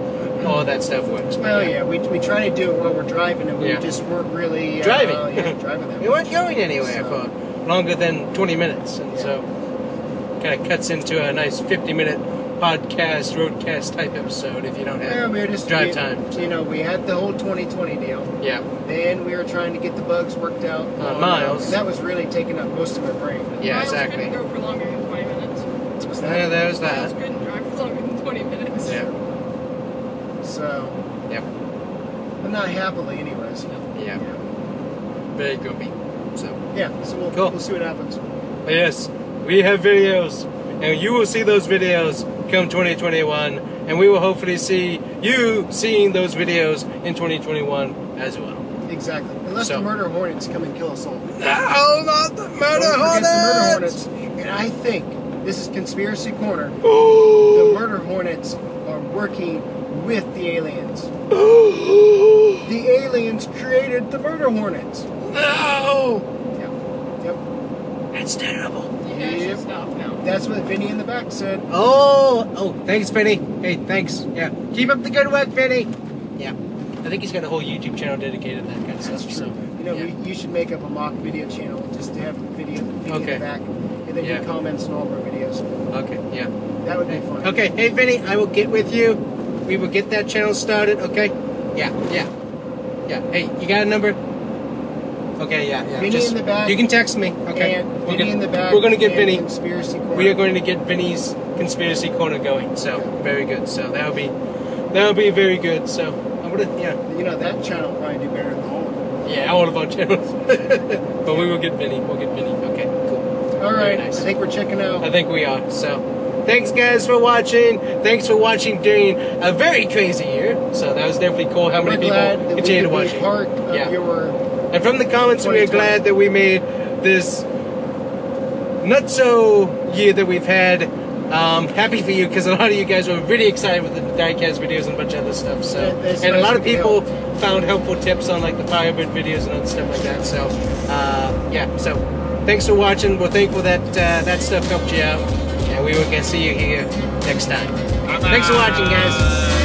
Speaker 2: all that stuff works.
Speaker 3: Well, yeah, we, we try to do it while we're driving, and we
Speaker 2: Yeah.
Speaker 3: just weren't really uh,
Speaker 2: Driving.
Speaker 3: Yeah, driving that
Speaker 2: We
Speaker 3: much.
Speaker 2: weren't going anywhere
Speaker 3: So-
Speaker 2: for longer than 20 minutes, and
Speaker 3: Yeah.
Speaker 2: so kind of cuts into a nice 50 minute podcast, roadcast type episode if you don't
Speaker 3: Yeah,
Speaker 2: have.
Speaker 3: we were just
Speaker 2: Drive
Speaker 3: we-
Speaker 2: time.
Speaker 3: You know, we had the whole 2020 deal.
Speaker 2: Yeah.
Speaker 3: Then we were trying to get the bugs worked out
Speaker 2: On Uh, Miles.
Speaker 3: That was really taking up most of my brain.
Speaker 2: Yeah,
Speaker 6: Miles
Speaker 2: exactly.
Speaker 6: couldn't go for longer than 20 minutes.
Speaker 3: Was
Speaker 2: There,
Speaker 3: that?
Speaker 2: there's
Speaker 6: Miles
Speaker 2: that.
Speaker 6: couldn't drive for longer than 20 minutes.
Speaker 2: Yeah.
Speaker 3: So,
Speaker 2: Yeah.
Speaker 3: but not happily, anyways.
Speaker 2: Yeah.
Speaker 3: Yeah.
Speaker 2: Very grumpy. So.
Speaker 3: Yeah, So we'll,
Speaker 2: Cool.
Speaker 3: we'll see what happens.
Speaker 2: Yes, we have videos, and you will see those videos come 2021, and we will hopefully see you seeing those videos in 2021 as well.
Speaker 3: Exactly. Unless
Speaker 2: So-
Speaker 3: the murder hornets come and kill us all.
Speaker 2: No, not the murder
Speaker 3: Don't forget
Speaker 2: hornets!
Speaker 3: The murder hornets. And I think this is conspiracy corner. The
Speaker 2: Ooh.
Speaker 3: murder hornets are working with the aliens. The aliens created the murder hornets.
Speaker 2: no!
Speaker 3: Yep.
Speaker 2: That's terrible.
Speaker 6: You guys
Speaker 3: Yep.
Speaker 6: should stop now.
Speaker 3: That's what Vinny in the back said.
Speaker 2: Oh, oh, thanks, Vinny. Hey, thanks. Yeah, keep up the good work, Vinny. Yeah, I think he's got a whole YouTube channel dedicated to that kind of stuff. so,
Speaker 3: You know,
Speaker 2: yeah.
Speaker 3: we, you should make up a mock video channel just to have video, video
Speaker 2: Okay.
Speaker 3: in the back, and then
Speaker 2: Yeah.
Speaker 3: get comments on all of our videos.
Speaker 2: okay, yeah.
Speaker 3: That would be fun.
Speaker 2: Okay, hey Vinny, I will get with you. We will get that channel started, okay? Yeah, yeah. Yeah. Hey, you got a number? Okay, yeah, yeah.
Speaker 3: Vinny
Speaker 2: just-
Speaker 3: in the back.
Speaker 2: You can text me, okay?
Speaker 3: And
Speaker 2: We're
Speaker 3: Vinny
Speaker 2: gonna-
Speaker 3: in the back.
Speaker 2: We're gonna get
Speaker 3: and
Speaker 2: Vinny.
Speaker 3: Conspiracy corner.
Speaker 2: We are going to get Vinny's conspiracy corner going. So very good. So that'll be that'll be very good. So I'm gonna yeah.
Speaker 3: You know that channel will probably do better than the whole. one.
Speaker 2: Yeah, all of our channels. but we will get Vinny. We'll get Vinny. Okay, cool.
Speaker 3: All right.
Speaker 2: nice.
Speaker 3: I think we're checking
Speaker 2: I
Speaker 3: out.
Speaker 2: think we are. So, thanks guys for watching. Thanks for watching during a very crazy year. So that was definitely cool. How many
Speaker 3: we're glad that
Speaker 2: people
Speaker 3: we
Speaker 2: continue to
Speaker 3: could
Speaker 2: watch?
Speaker 3: be
Speaker 2: it.
Speaker 3: part of
Speaker 2: Yeah.
Speaker 3: your.
Speaker 2: And from the comments, we are
Speaker 3: 2020.
Speaker 2: glad that we made this not so year that we've had. Um, happy for you because a lot of you guys were really excited with the diecast videos and a bunch of other stuff. So,
Speaker 3: Yeah, that's
Speaker 2: and a
Speaker 3: nice
Speaker 2: lot of
Speaker 3: to be
Speaker 2: people found helpful tips on like the Firebird videos and other stuff like that. So, uh, yeah. So, thanks for watching. We're thankful that uh, that stuff helped you out, and we will get see you here next time. Thanks for watching, guys.